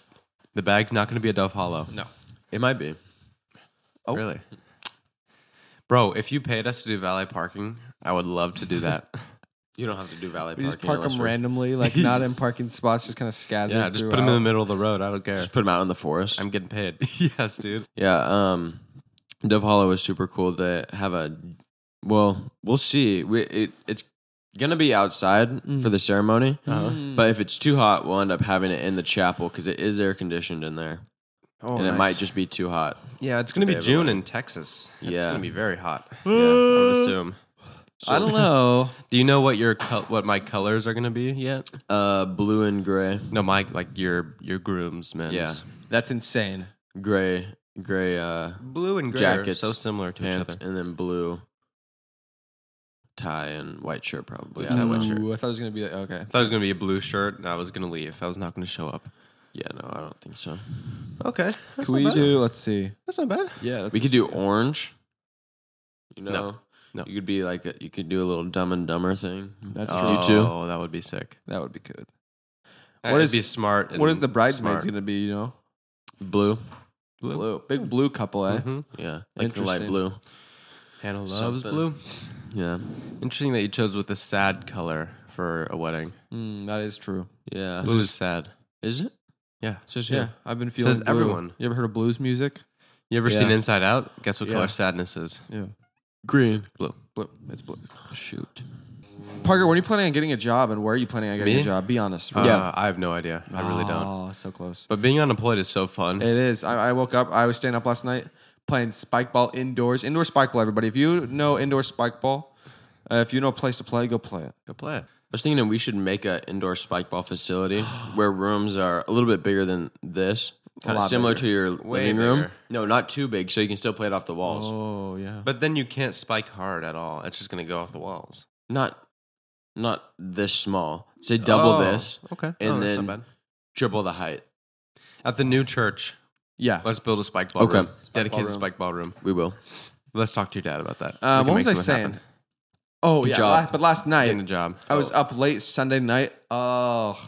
[SPEAKER 3] The bag's not going to be a Dove Hollow.
[SPEAKER 1] No.
[SPEAKER 2] it might be.
[SPEAKER 1] Oh.
[SPEAKER 3] Really? Bro, if you paid us to do valet parking, I would love to do that.
[SPEAKER 2] You don't have to do valet
[SPEAKER 1] We
[SPEAKER 2] parking.
[SPEAKER 1] just park
[SPEAKER 2] unless
[SPEAKER 1] them
[SPEAKER 2] we're-
[SPEAKER 1] randomly, like not in parking spots, just kind of scattered.
[SPEAKER 3] yeah, just put them in the middle of the road. I don't care.
[SPEAKER 2] Just put them out in the forest.
[SPEAKER 3] I'm getting paid. yes, dude.
[SPEAKER 2] Yeah, um, Dove Hollow is super cool. They have a well, we'll see. We it, it's gonna be outside
[SPEAKER 3] Mm.
[SPEAKER 2] for the ceremony,
[SPEAKER 3] Uh-huh.
[SPEAKER 2] but if it's too hot, we'll end up having it in the chapel because it is air conditioned in there,
[SPEAKER 3] Oh,
[SPEAKER 2] and it might just be too hot.
[SPEAKER 3] Yeah, it's going to be
[SPEAKER 2] They have a
[SPEAKER 3] June
[SPEAKER 2] lot.
[SPEAKER 3] in Texas. It's
[SPEAKER 2] Yeah.
[SPEAKER 3] going to be very hot. Yeah, I
[SPEAKER 2] Uh,
[SPEAKER 3] would assume.
[SPEAKER 2] So,
[SPEAKER 3] I don't know. Do you know what your col- what my colors are going to be yet?
[SPEAKER 2] Uh, blue and gray,
[SPEAKER 3] No, Mike, like your your groomsmen.
[SPEAKER 2] yeah,
[SPEAKER 1] That's insane.
[SPEAKER 2] gray, gray uh,
[SPEAKER 3] Blue and gray
[SPEAKER 2] Jackets,
[SPEAKER 3] are so similar to each
[SPEAKER 2] pants,
[SPEAKER 3] other.
[SPEAKER 2] and then blue tie and white shirt probably.
[SPEAKER 3] Blue tie,
[SPEAKER 2] I
[SPEAKER 3] white
[SPEAKER 2] would-
[SPEAKER 3] shirt.
[SPEAKER 1] Ooh, I thought it was gonna be like okay.
[SPEAKER 3] I thought it was going to be a blue shirt and I was going to leave. I was not going to show up.
[SPEAKER 2] Yeah, no, I don't think so.
[SPEAKER 3] Okay.
[SPEAKER 1] Can we do? Let's see.
[SPEAKER 3] That's not bad.
[SPEAKER 1] Yeah, that's
[SPEAKER 2] we could do orange. You know,
[SPEAKER 3] No. No.
[SPEAKER 2] you could be like a, you could do a little Dumb and Dumber thing.
[SPEAKER 1] That's
[SPEAKER 2] Just
[SPEAKER 1] true.
[SPEAKER 2] You two.
[SPEAKER 3] Oh, that would be sick.
[SPEAKER 1] uh, that would be good.
[SPEAKER 3] That
[SPEAKER 1] What
[SPEAKER 3] would
[SPEAKER 1] is-
[SPEAKER 3] be smart?
[SPEAKER 1] what
[SPEAKER 3] and
[SPEAKER 1] is the bridesmaids
[SPEAKER 3] smart.
[SPEAKER 1] gonna be? You know,
[SPEAKER 2] Blue.
[SPEAKER 1] blue, big blue couple, eh?
[SPEAKER 3] Mhm.
[SPEAKER 2] Yeah, like the light
[SPEAKER 1] Interesting.
[SPEAKER 2] blue.
[SPEAKER 3] Hannah loves
[SPEAKER 2] Something.
[SPEAKER 3] blue.
[SPEAKER 2] Yeah,
[SPEAKER 3] Interesting that you chose with a sad color for a wedding.
[SPEAKER 1] Mm, that is true.
[SPEAKER 2] yeah.
[SPEAKER 3] Blue is sad.
[SPEAKER 2] Is it?
[SPEAKER 3] Yeah.
[SPEAKER 2] Says
[SPEAKER 1] Yeah,
[SPEAKER 2] here.
[SPEAKER 1] I've been feeling.
[SPEAKER 3] Says
[SPEAKER 1] blue.
[SPEAKER 3] everyone.
[SPEAKER 1] You ever heard of blues music?
[SPEAKER 3] You ever
[SPEAKER 2] Yeah.
[SPEAKER 3] seen Inside Out? Guess what
[SPEAKER 2] Yeah.
[SPEAKER 3] color sadness is?
[SPEAKER 1] Yeah,
[SPEAKER 2] green.
[SPEAKER 1] blue. It's blue.
[SPEAKER 2] Oh, Shoot.
[SPEAKER 1] Parker, when are you planning on getting a job, and where are you planning on getting
[SPEAKER 3] Me?
[SPEAKER 1] a job? Be honest.
[SPEAKER 3] Uh,
[SPEAKER 1] Yeah,
[SPEAKER 3] I have no idea. I really
[SPEAKER 2] Ah.
[SPEAKER 3] don't.
[SPEAKER 1] Oh, so close.
[SPEAKER 3] But being unemployed is so fun.
[SPEAKER 1] It is. I, I woke up. I was staying up last night playing spike ball indoors. Indoor spike ball, everybody. If you know indoor spike ball, uh, if you know a place to play, go play it.
[SPEAKER 3] Go play it.
[SPEAKER 2] I was thinking that we should make an indoor spike ball facility where rooms are a little bit bigger than this, kind of
[SPEAKER 1] lot
[SPEAKER 2] similar
[SPEAKER 1] bigger.
[SPEAKER 2] to your
[SPEAKER 3] Way
[SPEAKER 2] living room.
[SPEAKER 3] bigger.
[SPEAKER 2] No, not too big, so you can still play it off the walls.
[SPEAKER 1] Oh yeah.
[SPEAKER 3] But then you can't spike hard at all. It's just gonna go off the walls.
[SPEAKER 2] Not, not this small. Say double
[SPEAKER 3] Oh,
[SPEAKER 2] this,
[SPEAKER 3] Okay.
[SPEAKER 2] and
[SPEAKER 3] Oh, that's
[SPEAKER 2] then-
[SPEAKER 3] not bad.
[SPEAKER 2] triple the height.
[SPEAKER 3] at the new church,
[SPEAKER 1] yeah.
[SPEAKER 3] let's build a spike ball
[SPEAKER 2] Okay.
[SPEAKER 3] room. Dedicated
[SPEAKER 1] room.
[SPEAKER 3] spike ball room.
[SPEAKER 2] We will.
[SPEAKER 3] Let's talk to your dad about that.
[SPEAKER 1] Uh,
[SPEAKER 3] We can
[SPEAKER 1] what was I
[SPEAKER 3] make something
[SPEAKER 1] saying?
[SPEAKER 3] happen.
[SPEAKER 1] Oh yeah.
[SPEAKER 2] Job.
[SPEAKER 1] la- but last night
[SPEAKER 3] Getting a job.
[SPEAKER 1] I
[SPEAKER 2] Oh.
[SPEAKER 1] was up late Sunday night. Oh,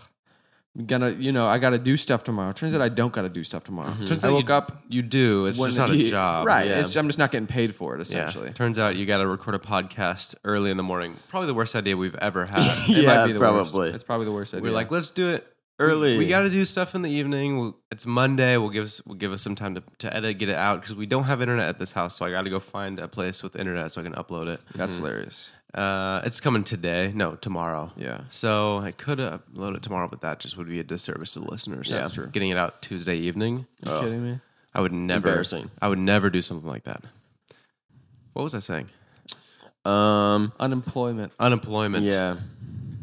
[SPEAKER 1] I'm gonna you know I got to do stuff tomorrow. Turns out I don't got to do stuff tomorrow.
[SPEAKER 3] Turns
[SPEAKER 1] I
[SPEAKER 3] out
[SPEAKER 1] woke
[SPEAKER 3] you,
[SPEAKER 1] up
[SPEAKER 3] You do. It's
[SPEAKER 1] when
[SPEAKER 3] just not
[SPEAKER 1] the-
[SPEAKER 3] a job.
[SPEAKER 1] Right.
[SPEAKER 2] yeah.
[SPEAKER 1] It's, I'm just not getting paid for it
[SPEAKER 3] Yeah.
[SPEAKER 1] essentially.
[SPEAKER 3] Turns out you got to record a podcast early in the morning. Probably the worst idea we've ever had.
[SPEAKER 1] It
[SPEAKER 2] Yeah,
[SPEAKER 1] might be the
[SPEAKER 2] probably.
[SPEAKER 1] Worst. It's probably the worst idea.
[SPEAKER 3] We're like, let's do it
[SPEAKER 2] Early.
[SPEAKER 3] We, got to do stuff in the evening. We'll, it's Monday. We'll give us we'll give us some time to, to edit, get it out because we don't have internet at this house. So I got to go find a place with internet so I can upload it.
[SPEAKER 1] that's hilarious.
[SPEAKER 3] Uh, it's coming today. No, tomorrow.
[SPEAKER 1] Yeah.
[SPEAKER 3] So I could upload it tomorrow, but that just would be a disservice to the listeners.
[SPEAKER 1] Yeah. That's true. Oh,
[SPEAKER 3] Getting it out Tuesday evening.
[SPEAKER 1] You kidding me?
[SPEAKER 3] I would never.
[SPEAKER 2] Embarrassing.
[SPEAKER 3] I would never do something like that. What was I saying?
[SPEAKER 2] Um.
[SPEAKER 1] Unemployment.
[SPEAKER 3] Unemployment.
[SPEAKER 2] Yeah.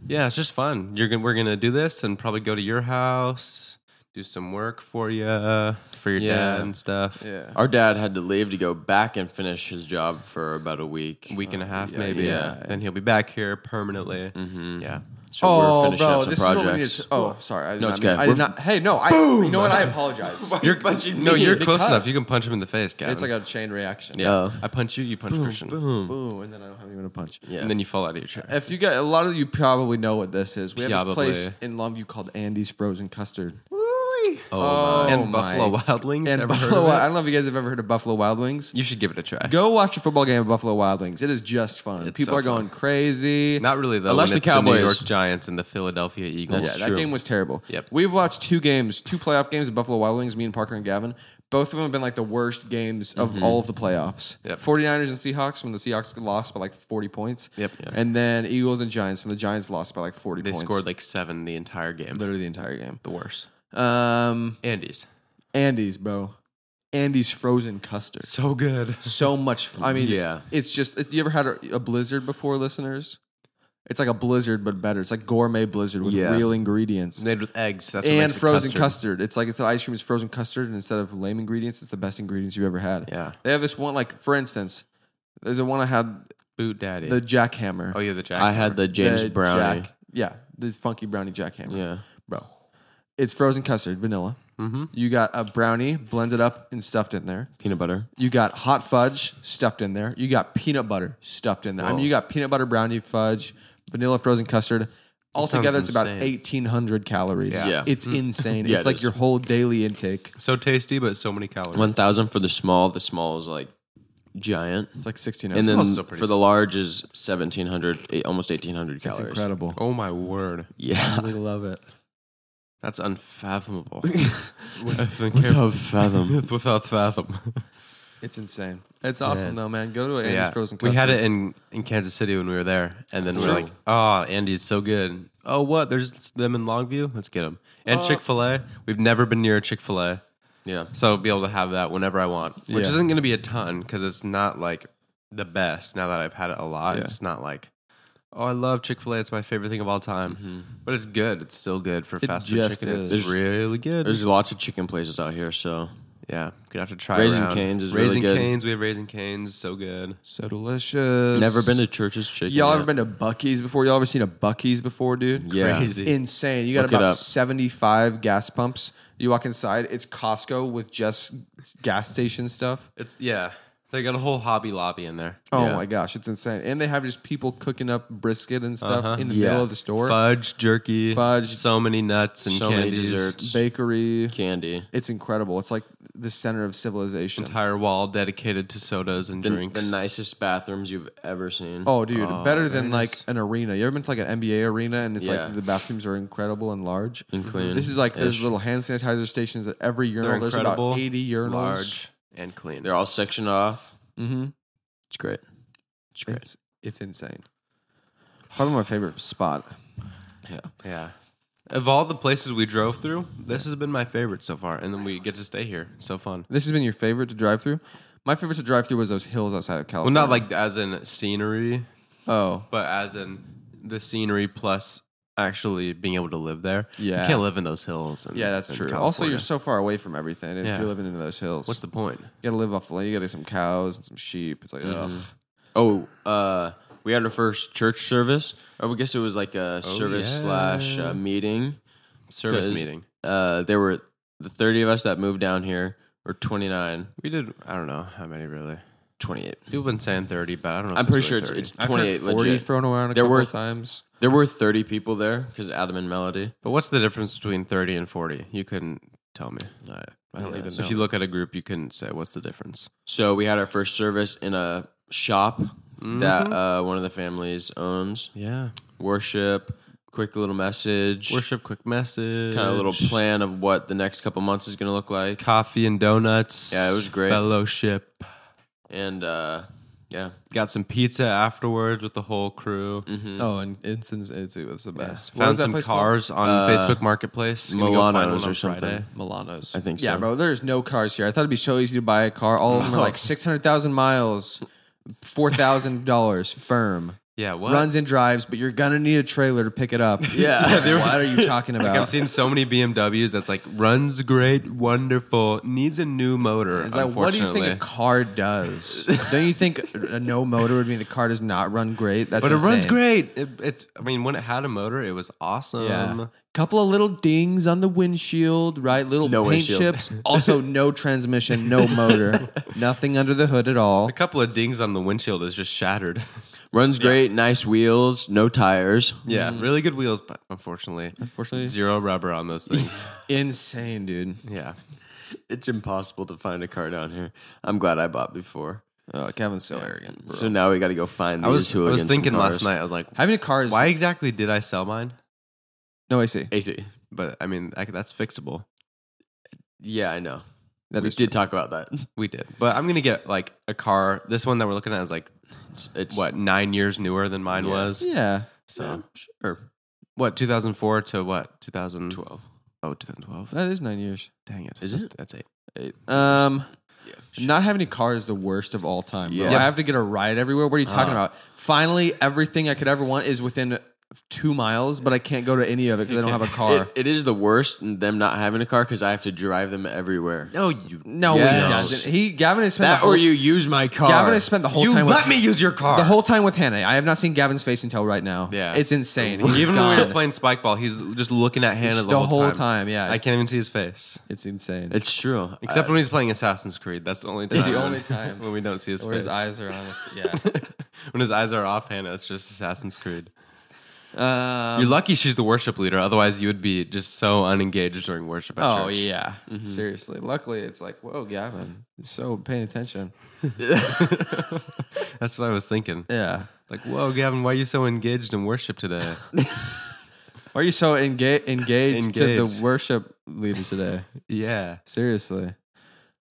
[SPEAKER 3] Yeah, it's just fun. You're gonna, we're gonna do this and probably go to your house, do some work for you for your
[SPEAKER 2] Yeah.
[SPEAKER 3] dad and stuff.
[SPEAKER 1] Yeah.
[SPEAKER 2] Our dad had to leave to go back and finish his job for about a week.
[SPEAKER 3] Week
[SPEAKER 1] Uh,
[SPEAKER 3] and a half, maybe.
[SPEAKER 2] yeah.
[SPEAKER 3] Then he'll be back here permanently. Mm-hmm. Yeah.
[SPEAKER 2] So
[SPEAKER 1] Oh,
[SPEAKER 2] we're
[SPEAKER 3] Oh,
[SPEAKER 2] finishing up some projects.
[SPEAKER 1] to. Oh, sorry. I did
[SPEAKER 2] No,
[SPEAKER 1] not
[SPEAKER 2] it's
[SPEAKER 1] mean-
[SPEAKER 2] good.
[SPEAKER 1] I
[SPEAKER 2] We're-
[SPEAKER 1] did not. Hey, no. I. You know what? I apologize.
[SPEAKER 2] You're punching
[SPEAKER 3] No, you're close
[SPEAKER 1] because-
[SPEAKER 3] enough. You can punch him in the face, Gavin.
[SPEAKER 1] it's like a chain reaction.
[SPEAKER 3] yeah.
[SPEAKER 2] Oh.
[SPEAKER 3] I punch you, you punch Christian,
[SPEAKER 1] Boom, and then I don't have anyone to punch.
[SPEAKER 2] Yeah.
[SPEAKER 3] and then you fall out of your chair.
[SPEAKER 1] If you get a lot of you probably know what this is. We have
[SPEAKER 3] Probably.
[SPEAKER 1] this place in Longview called Andy's Frozen Custard.
[SPEAKER 2] Oh,
[SPEAKER 3] and
[SPEAKER 1] my.
[SPEAKER 3] Buffalo Wild Wings.
[SPEAKER 1] And
[SPEAKER 3] Ever
[SPEAKER 1] Buffalo,
[SPEAKER 3] heard of
[SPEAKER 1] Wild-
[SPEAKER 3] it?
[SPEAKER 1] I don't know if you guys have ever heard of Buffalo Wild Wings.
[SPEAKER 3] You should give it a try.
[SPEAKER 1] Go watch a football game at Buffalo Wild Wings. It is just fun.
[SPEAKER 3] It's
[SPEAKER 1] People
[SPEAKER 3] so
[SPEAKER 1] are going crazy.
[SPEAKER 3] Not really though.
[SPEAKER 2] Unless
[SPEAKER 3] when
[SPEAKER 2] the
[SPEAKER 3] it's the New
[SPEAKER 2] Cowboys.
[SPEAKER 3] York Giants, and the Philadelphia Eagles.
[SPEAKER 1] yeah, that game was terrible.
[SPEAKER 3] Yep.
[SPEAKER 1] We've watched two games, two playoff games at Buffalo Wild Wings, me and Parker and Gavin. Both of them have been like the worst games of all of the playoffs.
[SPEAKER 3] Mm-hmm. Yep.
[SPEAKER 1] 49ers and Seahawks when the Seahawks lost by like 40 points.
[SPEAKER 3] Yep. Yeah.
[SPEAKER 1] And then Eagles and Giants when the Giants lost by like 40
[SPEAKER 3] They
[SPEAKER 1] points.
[SPEAKER 3] scored like seven the entire game.
[SPEAKER 1] literally the entire game.
[SPEAKER 3] the worst.
[SPEAKER 1] Um,
[SPEAKER 3] Andy's.
[SPEAKER 1] Andy's, bro. Andy's frozen custard.
[SPEAKER 3] So good.
[SPEAKER 1] So much. f- I mean,
[SPEAKER 2] Yeah.
[SPEAKER 1] It's just. It, you ever had a, a blizzard before, listeners? It's like a blizzard, but better. It's like gourmet blizzard with
[SPEAKER 2] Yeah.
[SPEAKER 1] real ingredients
[SPEAKER 3] It's made with eggs. That's what
[SPEAKER 1] and
[SPEAKER 3] makes it
[SPEAKER 1] frozen custard. It's like it's ice cream is frozen custard, and instead of lame ingredients, it's the best ingredients you've ever had.
[SPEAKER 3] Yeah.
[SPEAKER 1] They have this one, like for instance, there's the one I had
[SPEAKER 3] Boot daddy.
[SPEAKER 1] the jackhammer.
[SPEAKER 3] oh yeah, the jack.
[SPEAKER 2] I had the James
[SPEAKER 1] The
[SPEAKER 2] Brownie.
[SPEAKER 1] Jack- yeah, the funky brownie jackhammer.
[SPEAKER 2] Yeah.
[SPEAKER 1] bro. It's frozen custard, vanilla.
[SPEAKER 3] Mhm.
[SPEAKER 1] You got a brownie blended up and stuffed in there.
[SPEAKER 2] Peanut butter.
[SPEAKER 1] You got hot fudge stuffed in there. You got peanut butter stuffed in there. I mean, you got peanut butter brownie fudge, vanilla frozen custard. Altogether, it's about
[SPEAKER 3] insane.
[SPEAKER 1] 1,800 calories.
[SPEAKER 2] Yeah.
[SPEAKER 1] It's insane.
[SPEAKER 2] Yeah,
[SPEAKER 1] it's
[SPEAKER 2] it
[SPEAKER 1] like
[SPEAKER 2] is.
[SPEAKER 1] your whole daily intake.
[SPEAKER 3] So tasty, but so many calories.
[SPEAKER 2] One thousand for the small. The small is like giant,
[SPEAKER 1] It's like 16
[SPEAKER 2] and
[SPEAKER 1] ounces.
[SPEAKER 2] then
[SPEAKER 3] still
[SPEAKER 2] for
[SPEAKER 3] pretty
[SPEAKER 2] the large is seventeen hundred, almost eighteen hundred
[SPEAKER 1] it's
[SPEAKER 2] calories.
[SPEAKER 1] incredible.
[SPEAKER 3] Oh my word.
[SPEAKER 2] Yeah.
[SPEAKER 1] We love it.
[SPEAKER 3] That's unfathomable.
[SPEAKER 2] Without fathom.
[SPEAKER 3] Without fathom.
[SPEAKER 1] It's insane. It's awesome though, man. Go to Andy's
[SPEAKER 3] yeah.
[SPEAKER 1] Frozen Custard.
[SPEAKER 3] we had it in, in Kansas City when we were there, and then we
[SPEAKER 2] true.
[SPEAKER 3] were like, "Oh, Andy's so good. Oh, what? There's them in Longview. Let's get them." And Chick Fil A. We've never been near a Chick Fil A,
[SPEAKER 2] yeah.
[SPEAKER 3] so I'll be able to have that whenever I want, which
[SPEAKER 1] Yeah.
[SPEAKER 3] isn't going to be a ton because it's not like the best. Now that I've had it a lot,
[SPEAKER 1] Yeah.
[SPEAKER 3] it's not like, "Oh, I love Chick Fil A. It's my favorite thing of all time."
[SPEAKER 2] Mm-hmm.
[SPEAKER 3] But it's good. It's still good for fast food
[SPEAKER 1] just
[SPEAKER 3] chicken.
[SPEAKER 1] is.
[SPEAKER 3] It's really good.
[SPEAKER 2] There's lots of chicken places out here, so
[SPEAKER 3] yeah, gonna have to try
[SPEAKER 2] Raising
[SPEAKER 3] around.
[SPEAKER 2] Cane's is really
[SPEAKER 3] Raising
[SPEAKER 2] good.
[SPEAKER 3] Cane's. We have Raising Cane's. So good.
[SPEAKER 1] so delicious.
[SPEAKER 2] never been to Church's Chicken.
[SPEAKER 1] Y'all
[SPEAKER 2] yet.
[SPEAKER 1] ever been to Bucky's before? Y'all ever seen a Bucky's before, dude?
[SPEAKER 2] Yeah.
[SPEAKER 3] Crazy.
[SPEAKER 1] Insane. You got
[SPEAKER 2] Look it
[SPEAKER 1] about
[SPEAKER 2] up.
[SPEAKER 1] 75 gas pumps. You walk inside, it's Costco with just gas station stuff.
[SPEAKER 3] It's yeah. They got a whole Hobby Lobby in there.
[SPEAKER 1] Oh
[SPEAKER 2] Yeah.
[SPEAKER 1] my gosh, it's insane. And they have just people cooking up brisket and stuff in the
[SPEAKER 2] Uh-huh. Yeah.
[SPEAKER 1] middle of the store.
[SPEAKER 3] Fudge, jerky,
[SPEAKER 1] Fudge.
[SPEAKER 3] so many nuts and
[SPEAKER 2] Oh, so many
[SPEAKER 3] candies,
[SPEAKER 2] desserts,
[SPEAKER 1] Bakery.
[SPEAKER 2] candy?
[SPEAKER 1] It's incredible. It's like the center of civilization.
[SPEAKER 3] entire wall dedicated to sodas and
[SPEAKER 2] The,
[SPEAKER 3] drinks.
[SPEAKER 2] the nicest bathrooms you've ever seen.
[SPEAKER 1] Oh, dude, better than
[SPEAKER 3] very
[SPEAKER 1] like
[SPEAKER 3] nice.
[SPEAKER 1] an arena. You ever been to like an NBA arena and it's
[SPEAKER 2] Yeah.
[SPEAKER 1] like the bathrooms are incredible and large
[SPEAKER 2] And clean.
[SPEAKER 1] mm-hmm. This is like there's
[SPEAKER 2] Ish.
[SPEAKER 1] little hand sanitizer stations at every
[SPEAKER 3] They're
[SPEAKER 1] urinal. There's
[SPEAKER 3] incredible,
[SPEAKER 1] about eighty urinals.
[SPEAKER 3] large and clean.
[SPEAKER 2] They're all sectioned off.
[SPEAKER 1] Mm-hmm.
[SPEAKER 2] It's great. It's great.
[SPEAKER 1] It's it's insane. Probably my favorite spot.
[SPEAKER 2] yeah.
[SPEAKER 3] yeah. Of all the places we drove through, this has been my favorite so far, and then we get to stay here. It's so fun.
[SPEAKER 1] This has been your favorite to drive through. My favorite to drive through was those hills outside of
[SPEAKER 3] Well,
[SPEAKER 1] California.
[SPEAKER 3] not like as in scenery,
[SPEAKER 1] oh
[SPEAKER 3] but as in the scenery plus actually being able to live there.
[SPEAKER 1] Yeah.
[SPEAKER 3] you can't live in those hills. in-
[SPEAKER 1] yeah, that's
[SPEAKER 3] in
[SPEAKER 1] true. Also,
[SPEAKER 3] California.
[SPEAKER 1] you're so far away from everything. If
[SPEAKER 3] Yeah.
[SPEAKER 1] you're living in those hills,
[SPEAKER 3] What's the point?
[SPEAKER 1] you gotta live off the land. You gotta get some cows and some sheep. It's like ugh.
[SPEAKER 2] Oh, uh, we had our first church service. Or I guess it was like a
[SPEAKER 1] Oh,
[SPEAKER 2] service
[SPEAKER 3] yeah.
[SPEAKER 2] slash uh, meeting.
[SPEAKER 3] Service
[SPEAKER 2] 'Cause,
[SPEAKER 3] meeting.
[SPEAKER 2] Uh, there were the 30 of us that moved down here, or 29,
[SPEAKER 3] We did. I don't know how many really.
[SPEAKER 2] 28.
[SPEAKER 1] Oh,
[SPEAKER 3] People been saying thirty, but I don't know. if
[SPEAKER 2] I'm pretty
[SPEAKER 3] really
[SPEAKER 2] sure it's,
[SPEAKER 3] 30.
[SPEAKER 2] it's
[SPEAKER 1] I've heard
[SPEAKER 2] 28
[SPEAKER 1] forty
[SPEAKER 2] legit.
[SPEAKER 1] thrown around a
[SPEAKER 2] They're
[SPEAKER 1] couple
[SPEAKER 2] worth-
[SPEAKER 1] times.
[SPEAKER 2] There were 30 people there because Adam and Melody.
[SPEAKER 3] But what's the difference between 30 and 40? You couldn't tell me. I, don't
[SPEAKER 2] Yeah,
[SPEAKER 3] even
[SPEAKER 2] so-
[SPEAKER 3] If you look at a group, you couldn't say what's the difference.
[SPEAKER 2] So we had our first service in a shop
[SPEAKER 1] Mm-hmm.
[SPEAKER 2] that uh, one of the families owns.
[SPEAKER 3] Yeah.
[SPEAKER 2] Worship, quick little message,
[SPEAKER 3] Worship, quick message.
[SPEAKER 2] kind of little plan of what the next couple months is going to look like.
[SPEAKER 3] Coffee and donuts.
[SPEAKER 2] Yeah, it was great.
[SPEAKER 3] Fellowship.
[SPEAKER 2] And uh, yeah,
[SPEAKER 3] Got some pizza afterwards with the whole crew.
[SPEAKER 1] Oh, and Instant it's it was the best. What
[SPEAKER 3] Found
[SPEAKER 1] was that
[SPEAKER 3] some
[SPEAKER 1] place
[SPEAKER 3] cars
[SPEAKER 1] called? Uh,
[SPEAKER 3] on Facebook Marketplace. Gonna go find
[SPEAKER 2] Milano's
[SPEAKER 3] one on
[SPEAKER 2] or something.
[SPEAKER 3] Friday.
[SPEAKER 1] Milano's.
[SPEAKER 2] I think
[SPEAKER 1] Yeah,
[SPEAKER 2] so.
[SPEAKER 1] bro. There's no cars here. I thought it'd be so easy to buy a car. All of them are like six hundred thousand miles, four thousand dollars firm.
[SPEAKER 3] Yeah, what?
[SPEAKER 1] Runs and drives, but you're gonna need a trailer to pick it up.
[SPEAKER 2] Yeah.
[SPEAKER 1] Like, what are you talking about?
[SPEAKER 3] I've seen so many BMWs that's like runs great, wonderful, needs a new motor.
[SPEAKER 1] it's like, what do you think a
[SPEAKER 3] unfortunately.
[SPEAKER 1] car does? Don't you think a no motor would mean the car does not run great? That's
[SPEAKER 3] But it runs
[SPEAKER 1] insane.
[SPEAKER 3] great. It, it's, I mean, when it had a motor, it was awesome.
[SPEAKER 1] Yeah. Couple of little dings on the windshield, right? Little
[SPEAKER 2] No
[SPEAKER 1] paint
[SPEAKER 2] windshield.
[SPEAKER 1] chips. Also, no transmission, no motor, nothing under the hood at all.
[SPEAKER 3] A couple of dings on the windshield is just shattered.
[SPEAKER 2] runs great, nice wheels, no tires.
[SPEAKER 3] yeah, really good wheels, but unfortunately,
[SPEAKER 1] Mm-hmm. Unfortunately,
[SPEAKER 3] zero rubber on those things.
[SPEAKER 1] insane, dude.
[SPEAKER 3] yeah.
[SPEAKER 2] It's impossible to find a car down here. I'm glad I bought before.
[SPEAKER 1] Oh, Kevin's so arrogant. Bro.
[SPEAKER 2] So now we got to go find these
[SPEAKER 3] I was, I
[SPEAKER 2] hooligans.
[SPEAKER 3] was
[SPEAKER 2] some
[SPEAKER 3] thinking
[SPEAKER 2] cars.
[SPEAKER 3] last night, I was like,
[SPEAKER 1] Having a car is
[SPEAKER 3] why exactly did I sell mine?
[SPEAKER 1] no AC.
[SPEAKER 2] AC.
[SPEAKER 3] But I mean, I, that's fixable.
[SPEAKER 2] Yeah, I know.
[SPEAKER 1] That
[SPEAKER 2] we
[SPEAKER 1] is
[SPEAKER 2] did talk about that.
[SPEAKER 3] We did. But I'm going to get like a car. This one that we're looking at is like,
[SPEAKER 2] It's, it's
[SPEAKER 3] what, nine years newer than mine
[SPEAKER 2] Yeah.
[SPEAKER 3] was?
[SPEAKER 1] true. Yeah,
[SPEAKER 3] So,
[SPEAKER 2] Sure.
[SPEAKER 3] what, 2004 to what, 2012? Oh, 2012.
[SPEAKER 1] that is nine years.
[SPEAKER 3] Dang it.
[SPEAKER 2] Is
[SPEAKER 3] that's,
[SPEAKER 2] it?
[SPEAKER 3] That's eight.
[SPEAKER 1] Um, Not having a car is the worst of all time. bro.
[SPEAKER 2] Yeah.
[SPEAKER 1] I have to get a ride everywhere. What are you talking
[SPEAKER 3] Uh.
[SPEAKER 1] about? Finally, everything I could ever want is within two miles, but I can't go to any of it because I don't have a car.
[SPEAKER 2] It, it is the worst them not having a car because I have to drive them everywhere.
[SPEAKER 3] No, you.
[SPEAKER 1] no,
[SPEAKER 2] Yes.
[SPEAKER 1] he doesn't. He Gavin has spent
[SPEAKER 2] That
[SPEAKER 1] the whole,
[SPEAKER 2] or you use my car.
[SPEAKER 1] Gavin has spent the whole
[SPEAKER 3] You
[SPEAKER 1] time.
[SPEAKER 3] let
[SPEAKER 1] with,
[SPEAKER 3] me use your car.
[SPEAKER 1] the whole time with Hannah. I have not seen Gavin's face until right now.
[SPEAKER 3] Yeah.
[SPEAKER 1] it's insane. He's
[SPEAKER 3] Even when we
[SPEAKER 1] gone.
[SPEAKER 3] were playing spike ball, he's just looking at Hannah the,
[SPEAKER 1] the
[SPEAKER 3] whole,
[SPEAKER 1] whole
[SPEAKER 3] time.
[SPEAKER 1] time, yeah.
[SPEAKER 3] I can't even see his face.
[SPEAKER 1] it's insane.
[SPEAKER 2] It's true.
[SPEAKER 3] Except when he's playing Assassin's Creed. That's the only time.
[SPEAKER 1] the only time.
[SPEAKER 3] when we don't see his
[SPEAKER 1] or
[SPEAKER 3] face.
[SPEAKER 1] his eyes are on us. Yeah.
[SPEAKER 3] when his eyes are off Hannah, it's just Assassin's Creed.
[SPEAKER 1] Um,
[SPEAKER 3] You're lucky she's the worship leader. Otherwise, you would be just so unengaged during worship. At
[SPEAKER 1] Oh
[SPEAKER 3] church.
[SPEAKER 1] yeah,
[SPEAKER 3] Mm-hmm.
[SPEAKER 1] seriously. Luckily, it's like, whoa, Gavin, you're so paying attention.
[SPEAKER 3] that's what I was thinking.
[SPEAKER 1] Yeah.
[SPEAKER 3] Like, whoa, Gavin, why are you so engaged in worship today?
[SPEAKER 1] Why are you so enga- engaged, to
[SPEAKER 3] Engaged.
[SPEAKER 1] the worship leader today?
[SPEAKER 3] yeah,
[SPEAKER 1] Seriously.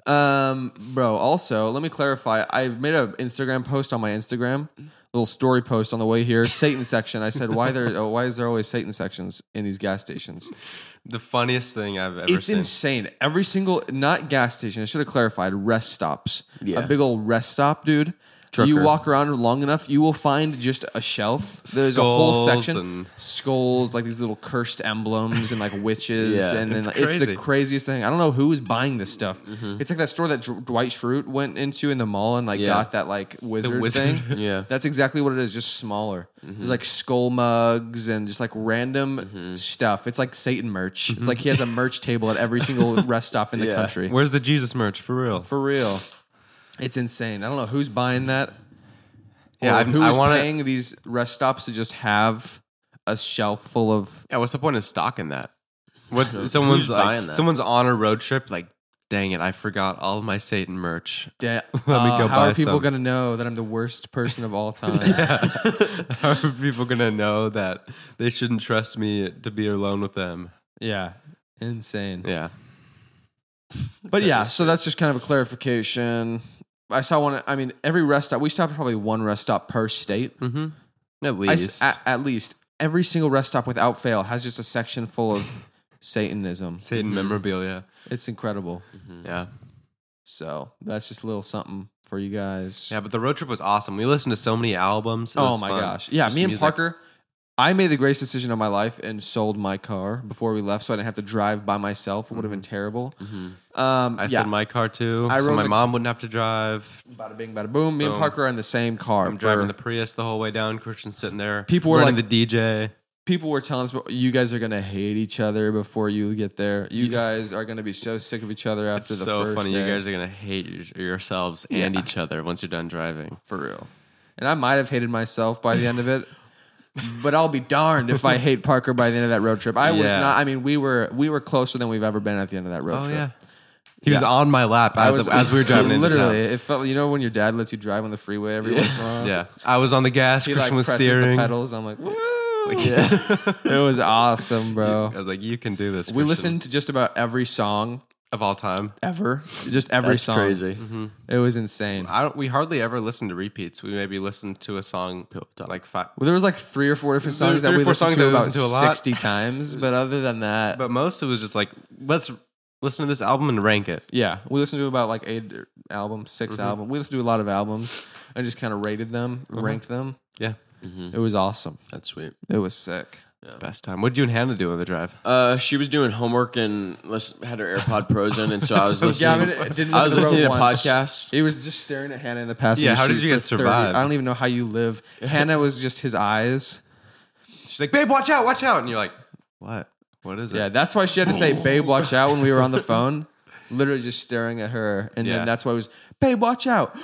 [SPEAKER 1] Um, bro, also, let me clarify. I made an Instagram post on my Instagram, little story post on the way here, Satan section. I said, why there oh, why is there always Satan sections in these gas stations?
[SPEAKER 3] the funniest thing I've ever
[SPEAKER 1] It's
[SPEAKER 3] seen.
[SPEAKER 1] insane. Every single not gas station, I should have clarified, rest stops.
[SPEAKER 2] Yeah.
[SPEAKER 1] A big old rest stop, dude. You
[SPEAKER 3] Trucker.
[SPEAKER 1] walk around long enough, you will find just a shelf. There's a whole
[SPEAKER 3] Skulls
[SPEAKER 1] section.
[SPEAKER 3] and-
[SPEAKER 1] Skulls, like these little cursed emblems and like witches.
[SPEAKER 2] Yeah,
[SPEAKER 1] and then
[SPEAKER 3] it's
[SPEAKER 1] like, it's the
[SPEAKER 3] crazy. Mm-hmm.
[SPEAKER 1] craziest thing. I don't know who is buying this stuff. It's like that store that Dr- Dwight Schrute went into in the mall and like
[SPEAKER 2] Yeah.
[SPEAKER 1] got that like wizard,
[SPEAKER 3] wizard.
[SPEAKER 1] thing.
[SPEAKER 2] Yeah.
[SPEAKER 1] That's exactly what it is, just smaller.
[SPEAKER 3] Mm-hmm.
[SPEAKER 1] There's like skull mugs and just like random stuff. It's like Satan merch.
[SPEAKER 3] Mm-hmm.
[SPEAKER 1] It's like he has a merch table at every single rest stop in the
[SPEAKER 2] Yeah.
[SPEAKER 1] country.
[SPEAKER 3] Where's the Jesus merch for real?
[SPEAKER 1] For real. It's insane. I don't know who's buying that.
[SPEAKER 3] Yeah,
[SPEAKER 1] or
[SPEAKER 3] I've-
[SPEAKER 1] who's
[SPEAKER 3] I wanna-
[SPEAKER 1] paying these rest stops to just have a shelf full of
[SPEAKER 3] yeah, what's the point of stocking that? What someone's
[SPEAKER 2] who's
[SPEAKER 3] like,
[SPEAKER 2] buying that?
[SPEAKER 3] someone's on a road trip. Like, dang it, I forgot all of my Satan merch.
[SPEAKER 1] debt.
[SPEAKER 3] Let me go
[SPEAKER 1] uh, how
[SPEAKER 3] buy
[SPEAKER 1] are people
[SPEAKER 3] some.
[SPEAKER 1] gonna know that I'm the worst person of all time?
[SPEAKER 3] How are people gonna know that they shouldn't trust me to be alone with them?
[SPEAKER 1] yeah. Insane.
[SPEAKER 3] Yeah,
[SPEAKER 1] But yeah, so that's just kind of a clarification. I saw one. I mean, every rest stop we stopped at probably one rest stop per state.
[SPEAKER 3] mm-hmm.
[SPEAKER 1] I
[SPEAKER 3] at
[SPEAKER 1] s-
[SPEAKER 3] least
[SPEAKER 1] at, at least every single rest stop without fail has just a section full of Satanism.
[SPEAKER 3] Satan memorabilia.
[SPEAKER 1] It's incredible.
[SPEAKER 3] Yeah,
[SPEAKER 1] So that's just a little something for you guys.
[SPEAKER 3] yeah, but the road trip was awesome. We listened to so many albums. It
[SPEAKER 1] Oh
[SPEAKER 3] was
[SPEAKER 1] my
[SPEAKER 3] fun.
[SPEAKER 1] gosh. Yeah,
[SPEAKER 3] Just
[SPEAKER 1] me and
[SPEAKER 3] music.
[SPEAKER 1] Parker. I made the greatest decision of my life and sold my car before we left, so I didn't have to drive by myself. It would have been terrible. Um,
[SPEAKER 3] Mm-hmm. I
[SPEAKER 1] yeah.
[SPEAKER 3] sold my car too,
[SPEAKER 1] I
[SPEAKER 3] so
[SPEAKER 1] rode
[SPEAKER 3] my
[SPEAKER 1] the-
[SPEAKER 3] mom wouldn't have to drive.
[SPEAKER 1] bada bing, bada boom. Me and
[SPEAKER 3] Boom.
[SPEAKER 1] Parker are in the same car.
[SPEAKER 3] I'm driving
[SPEAKER 1] for-
[SPEAKER 3] the Prius the whole way down. Christian's sitting there.
[SPEAKER 1] People were
[SPEAKER 3] running
[SPEAKER 1] like-
[SPEAKER 3] the DJ.
[SPEAKER 1] people were telling us you guys are gonna hate each other before you get there. You guys are gonna be so sick of each other after
[SPEAKER 3] It's
[SPEAKER 1] the
[SPEAKER 3] so
[SPEAKER 1] first
[SPEAKER 3] funny.
[SPEAKER 1] day.
[SPEAKER 3] You guys are gonna hate your- yourselves and each other once you're done driving.
[SPEAKER 1] for real. And I might have hated myself by the end of it, but I'll be darned if I hate Parker by the end of that road trip. I was
[SPEAKER 3] Yeah.
[SPEAKER 1] not. I mean, we were we were closer than we've ever been at the end of that road
[SPEAKER 3] Oh
[SPEAKER 1] trip.
[SPEAKER 3] yeah, he was on my lap as, as we were driving into
[SPEAKER 1] literally,
[SPEAKER 3] town.
[SPEAKER 1] it felt you know when your dad lets you drive on the freeway every once in a while.
[SPEAKER 3] Yeah, I was on the gas.
[SPEAKER 1] he
[SPEAKER 3] Christian
[SPEAKER 1] like
[SPEAKER 3] was
[SPEAKER 1] presses
[SPEAKER 3] steering.
[SPEAKER 1] the pedals. I'm like, "Woo."
[SPEAKER 3] yeah.
[SPEAKER 1] it was awesome, bro.
[SPEAKER 3] I was like, you can do this.
[SPEAKER 1] We
[SPEAKER 3] Christian."
[SPEAKER 1] listened to just about every song
[SPEAKER 3] of all time.
[SPEAKER 1] ever, just every
[SPEAKER 2] That's
[SPEAKER 1] song.
[SPEAKER 2] crazy.
[SPEAKER 1] It was insane.
[SPEAKER 3] I don't. We hardly ever listen to repeats. We maybe listen to a song like five.
[SPEAKER 1] Well, there was like three or four different
[SPEAKER 3] There were
[SPEAKER 1] songs that
[SPEAKER 3] three or
[SPEAKER 1] we
[SPEAKER 3] four
[SPEAKER 1] listened
[SPEAKER 3] songs
[SPEAKER 1] to
[SPEAKER 3] that we
[SPEAKER 1] about
[SPEAKER 3] listened to a lot.
[SPEAKER 1] sixty times, but other than that,
[SPEAKER 3] But most it was just like, let's listen to this album and rank it.
[SPEAKER 1] yeah, we listened to about like eight albums, 6 albums. We listened to a lot of albums and just kind of rated them, ranked them.
[SPEAKER 3] Yeah,
[SPEAKER 1] It was awesome.
[SPEAKER 2] That's sweet.
[SPEAKER 1] It was sick.
[SPEAKER 3] best time. What did you and Hannah do on the drive?
[SPEAKER 2] Uh, she was doing homework and listen, had her AirPod Pros in, and so I was listening.
[SPEAKER 1] didn't
[SPEAKER 2] I was listening to podcasts.
[SPEAKER 1] He was just staring at Hannah in the passenger
[SPEAKER 3] Yeah, how
[SPEAKER 1] seat
[SPEAKER 3] did you
[SPEAKER 1] for
[SPEAKER 3] guys
[SPEAKER 1] 30
[SPEAKER 3] survive?
[SPEAKER 1] I don't even know how you live. Hannah was just his eyes.
[SPEAKER 3] She's like, babe, watch out, watch out, and you're like, what? What is it?
[SPEAKER 1] Yeah, that's why she had to say, "Babe, watch out" when we were on the phone. Literally just staring at her, and
[SPEAKER 3] Yeah.
[SPEAKER 1] then that's why it was, "Babe, watch out."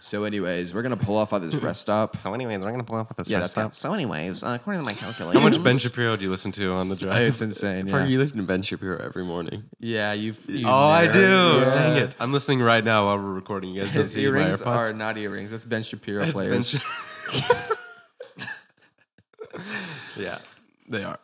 [SPEAKER 1] so, anyways, we're gonna pull off at this rest stop.
[SPEAKER 3] So, anyways, we're gonna pull off with this.
[SPEAKER 1] Yeah,
[SPEAKER 3] rest
[SPEAKER 1] that's
[SPEAKER 3] stop.
[SPEAKER 1] not, so. Anyways, uh, according to my calculations,
[SPEAKER 3] How much Ben Shapiro do you listen to on the drive?
[SPEAKER 1] It's insane.
[SPEAKER 2] Parker,
[SPEAKER 1] Yeah,
[SPEAKER 2] you listen to Ben Shapiro every morning.
[SPEAKER 1] yeah you've. you
[SPEAKER 3] oh, I
[SPEAKER 1] nerd.
[SPEAKER 3] do.
[SPEAKER 1] Yeah.
[SPEAKER 3] Dang it! I'm listening right now while we're recording. You guys don't
[SPEAKER 1] His
[SPEAKER 3] see my
[SPEAKER 1] earrings are
[SPEAKER 3] AirPods.
[SPEAKER 1] not earrings. That's Ben Shapiro players.
[SPEAKER 3] Ben Sh- yeah, they are.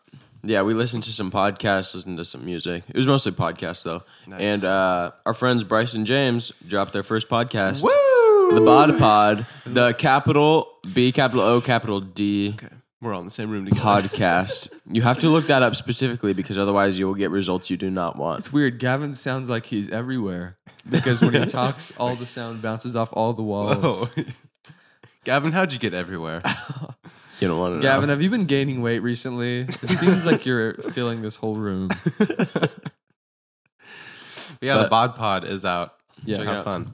[SPEAKER 2] Yeah, we listened to some podcasts, listened to some music. It was mostly podcasts though. And uh, our friends Bryce and James dropped their first podcast.
[SPEAKER 3] Woo!
[SPEAKER 2] The Bod Pod, the capital B, capital O, capital D
[SPEAKER 3] We're all in the same room together.
[SPEAKER 2] podcast. you have to look that up specifically because otherwise you will get results you do not want.
[SPEAKER 1] It's weird. Gavin sounds like he's everywhere because when he talks, all the sound bounces off all the walls.
[SPEAKER 3] Oh. Gavin, how'd you get everywhere?
[SPEAKER 2] You don't want to
[SPEAKER 1] Gavin, have you been gaining weight recently? It seems like you're filling this whole room.
[SPEAKER 3] yeah, the
[SPEAKER 2] But-
[SPEAKER 3] Bod Pod is out.
[SPEAKER 1] Yeah.
[SPEAKER 3] Check
[SPEAKER 2] Check it
[SPEAKER 3] have
[SPEAKER 2] out.
[SPEAKER 3] fun.
[SPEAKER 2] know.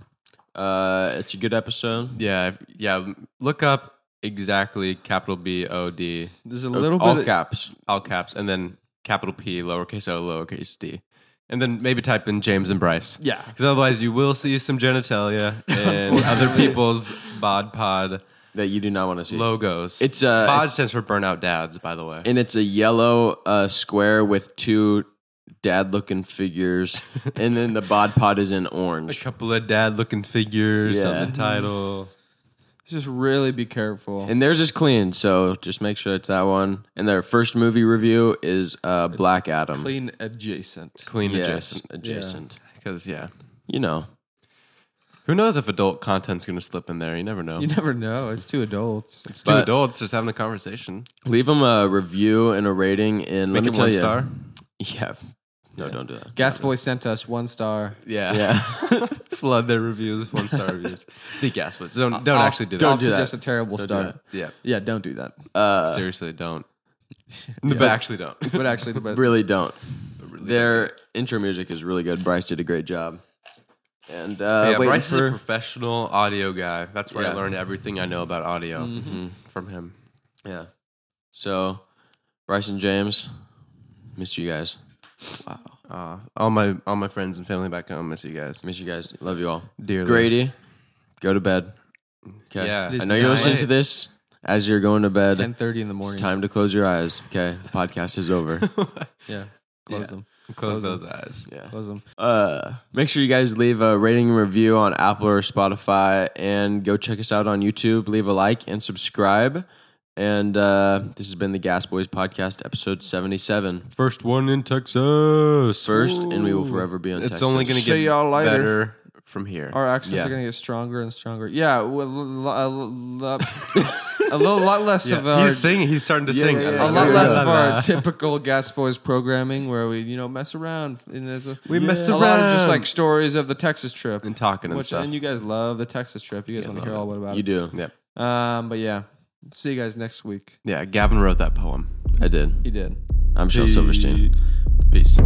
[SPEAKER 2] Uh, it's a good episode.
[SPEAKER 3] Yeah, if- yeah. Look up exactly capital B O D,
[SPEAKER 1] There's a little
[SPEAKER 2] All
[SPEAKER 1] bit. Of,
[SPEAKER 2] caps.
[SPEAKER 3] all caps, and then capital P, lowercase O, lowercase D, and then maybe type in James and Bryce.
[SPEAKER 1] yeah.
[SPEAKER 3] Because otherwise, you will see some genitalia and other people's bod pod
[SPEAKER 2] that you do not want to see.
[SPEAKER 3] logos.
[SPEAKER 2] It's uh,
[SPEAKER 3] bod
[SPEAKER 2] it's-
[SPEAKER 3] stands for burnout dads, by the way.
[SPEAKER 2] and it's a yellow uh, square with two dad-looking figures, and then the bod pod is in
[SPEAKER 3] a
[SPEAKER 2] orange.
[SPEAKER 3] couple of dad-looking figures
[SPEAKER 2] Yeah.
[SPEAKER 3] on the title.
[SPEAKER 1] Just really be careful.
[SPEAKER 2] And theirs is clean, so just make sure it's that one. And their first movie review is uh, Black Adam.
[SPEAKER 1] Clean adjacent.
[SPEAKER 3] Clean
[SPEAKER 2] Yes,
[SPEAKER 3] adjacent.
[SPEAKER 2] adjacent.
[SPEAKER 3] Because yeah,
[SPEAKER 2] You know,
[SPEAKER 3] who knows if adult content's going to slip in there? You never know.
[SPEAKER 1] You never know. It's two adults.
[SPEAKER 3] it's two
[SPEAKER 2] but-
[SPEAKER 3] adults just having a conversation.
[SPEAKER 2] leave them a review and a rating. And let
[SPEAKER 3] Make
[SPEAKER 2] me
[SPEAKER 3] it
[SPEAKER 2] tell
[SPEAKER 3] one
[SPEAKER 2] you,
[SPEAKER 3] star.
[SPEAKER 2] yeah, no, don't do that.
[SPEAKER 1] Gas Boy sent us one star.
[SPEAKER 3] Yeah.
[SPEAKER 2] Yeah.
[SPEAKER 3] Flood their reviews with one star reviews. The gas but Don't Oh, don't
[SPEAKER 1] Off-
[SPEAKER 3] actually do that.
[SPEAKER 1] off
[SPEAKER 2] do
[SPEAKER 1] to
[SPEAKER 2] that.
[SPEAKER 1] Just a terrible start.
[SPEAKER 3] Yeah.
[SPEAKER 1] Yeah, don't do that.
[SPEAKER 2] Uh,
[SPEAKER 3] Seriously, don't. But actually don't.
[SPEAKER 1] But actually, but
[SPEAKER 2] really don't. Their intro music is really good. Bryce did a great job. And uh,
[SPEAKER 3] yeah,
[SPEAKER 2] waiting
[SPEAKER 3] Bryce is a
[SPEAKER 2] for-
[SPEAKER 3] professional audio guy. That's where I
[SPEAKER 2] Yeah.
[SPEAKER 3] learned everything I know about audio from him.
[SPEAKER 2] Yeah. So, Bryce and James, miss you guys.
[SPEAKER 3] Uh, all my all my friends and family back home miss you guys.
[SPEAKER 2] Miss you guys. Love you all.
[SPEAKER 3] Dearly.
[SPEAKER 2] Grady, go to bed. Okay.
[SPEAKER 3] Yeah.
[SPEAKER 2] I know you're listening to this as you're going to bed.
[SPEAKER 1] 10:30 in the morning.
[SPEAKER 2] It's time to close your eyes. Okay. The podcast is over.
[SPEAKER 1] Yeah, close them.
[SPEAKER 3] Close those eyes.
[SPEAKER 2] yeah.
[SPEAKER 1] Close them.
[SPEAKER 2] Uh, make sure you guys leave a rating and review on Apple or Spotify and go check us out on YouTube. Leave a like and subscribe. And uh, this has been the Gas Boys Podcast, episode 77.
[SPEAKER 3] First one in Texas.
[SPEAKER 2] First, and we will forever be on
[SPEAKER 3] It's
[SPEAKER 2] Texas.
[SPEAKER 3] only going to get
[SPEAKER 1] See y'all later.
[SPEAKER 3] better from here.
[SPEAKER 1] Our accents
[SPEAKER 2] Yeah.
[SPEAKER 1] are going to get stronger and stronger. Yeah, well, l- l- l- a little lot less of our
[SPEAKER 3] He's singing. He's starting to sing.
[SPEAKER 2] yeah, yeah.
[SPEAKER 1] a
[SPEAKER 2] I
[SPEAKER 1] lot
[SPEAKER 2] know
[SPEAKER 1] less
[SPEAKER 2] you're
[SPEAKER 1] of our typical Gas Boys programming where we you know mess around and there's a,
[SPEAKER 3] We messed
[SPEAKER 1] a lot of just
[SPEAKER 3] around.
[SPEAKER 1] like stories of the Texas trip
[SPEAKER 3] and talking and
[SPEAKER 1] which
[SPEAKER 3] stuff.
[SPEAKER 1] and you guys love the Texas trip. You guys want to hear all about
[SPEAKER 2] You do.
[SPEAKER 3] yep.
[SPEAKER 1] it. Um, but yeah, see you guys next week.
[SPEAKER 3] Yeah, Gavin wrote that poem.
[SPEAKER 2] I did.
[SPEAKER 1] He did.
[SPEAKER 2] I'm Shel Silverstein.
[SPEAKER 3] Peace.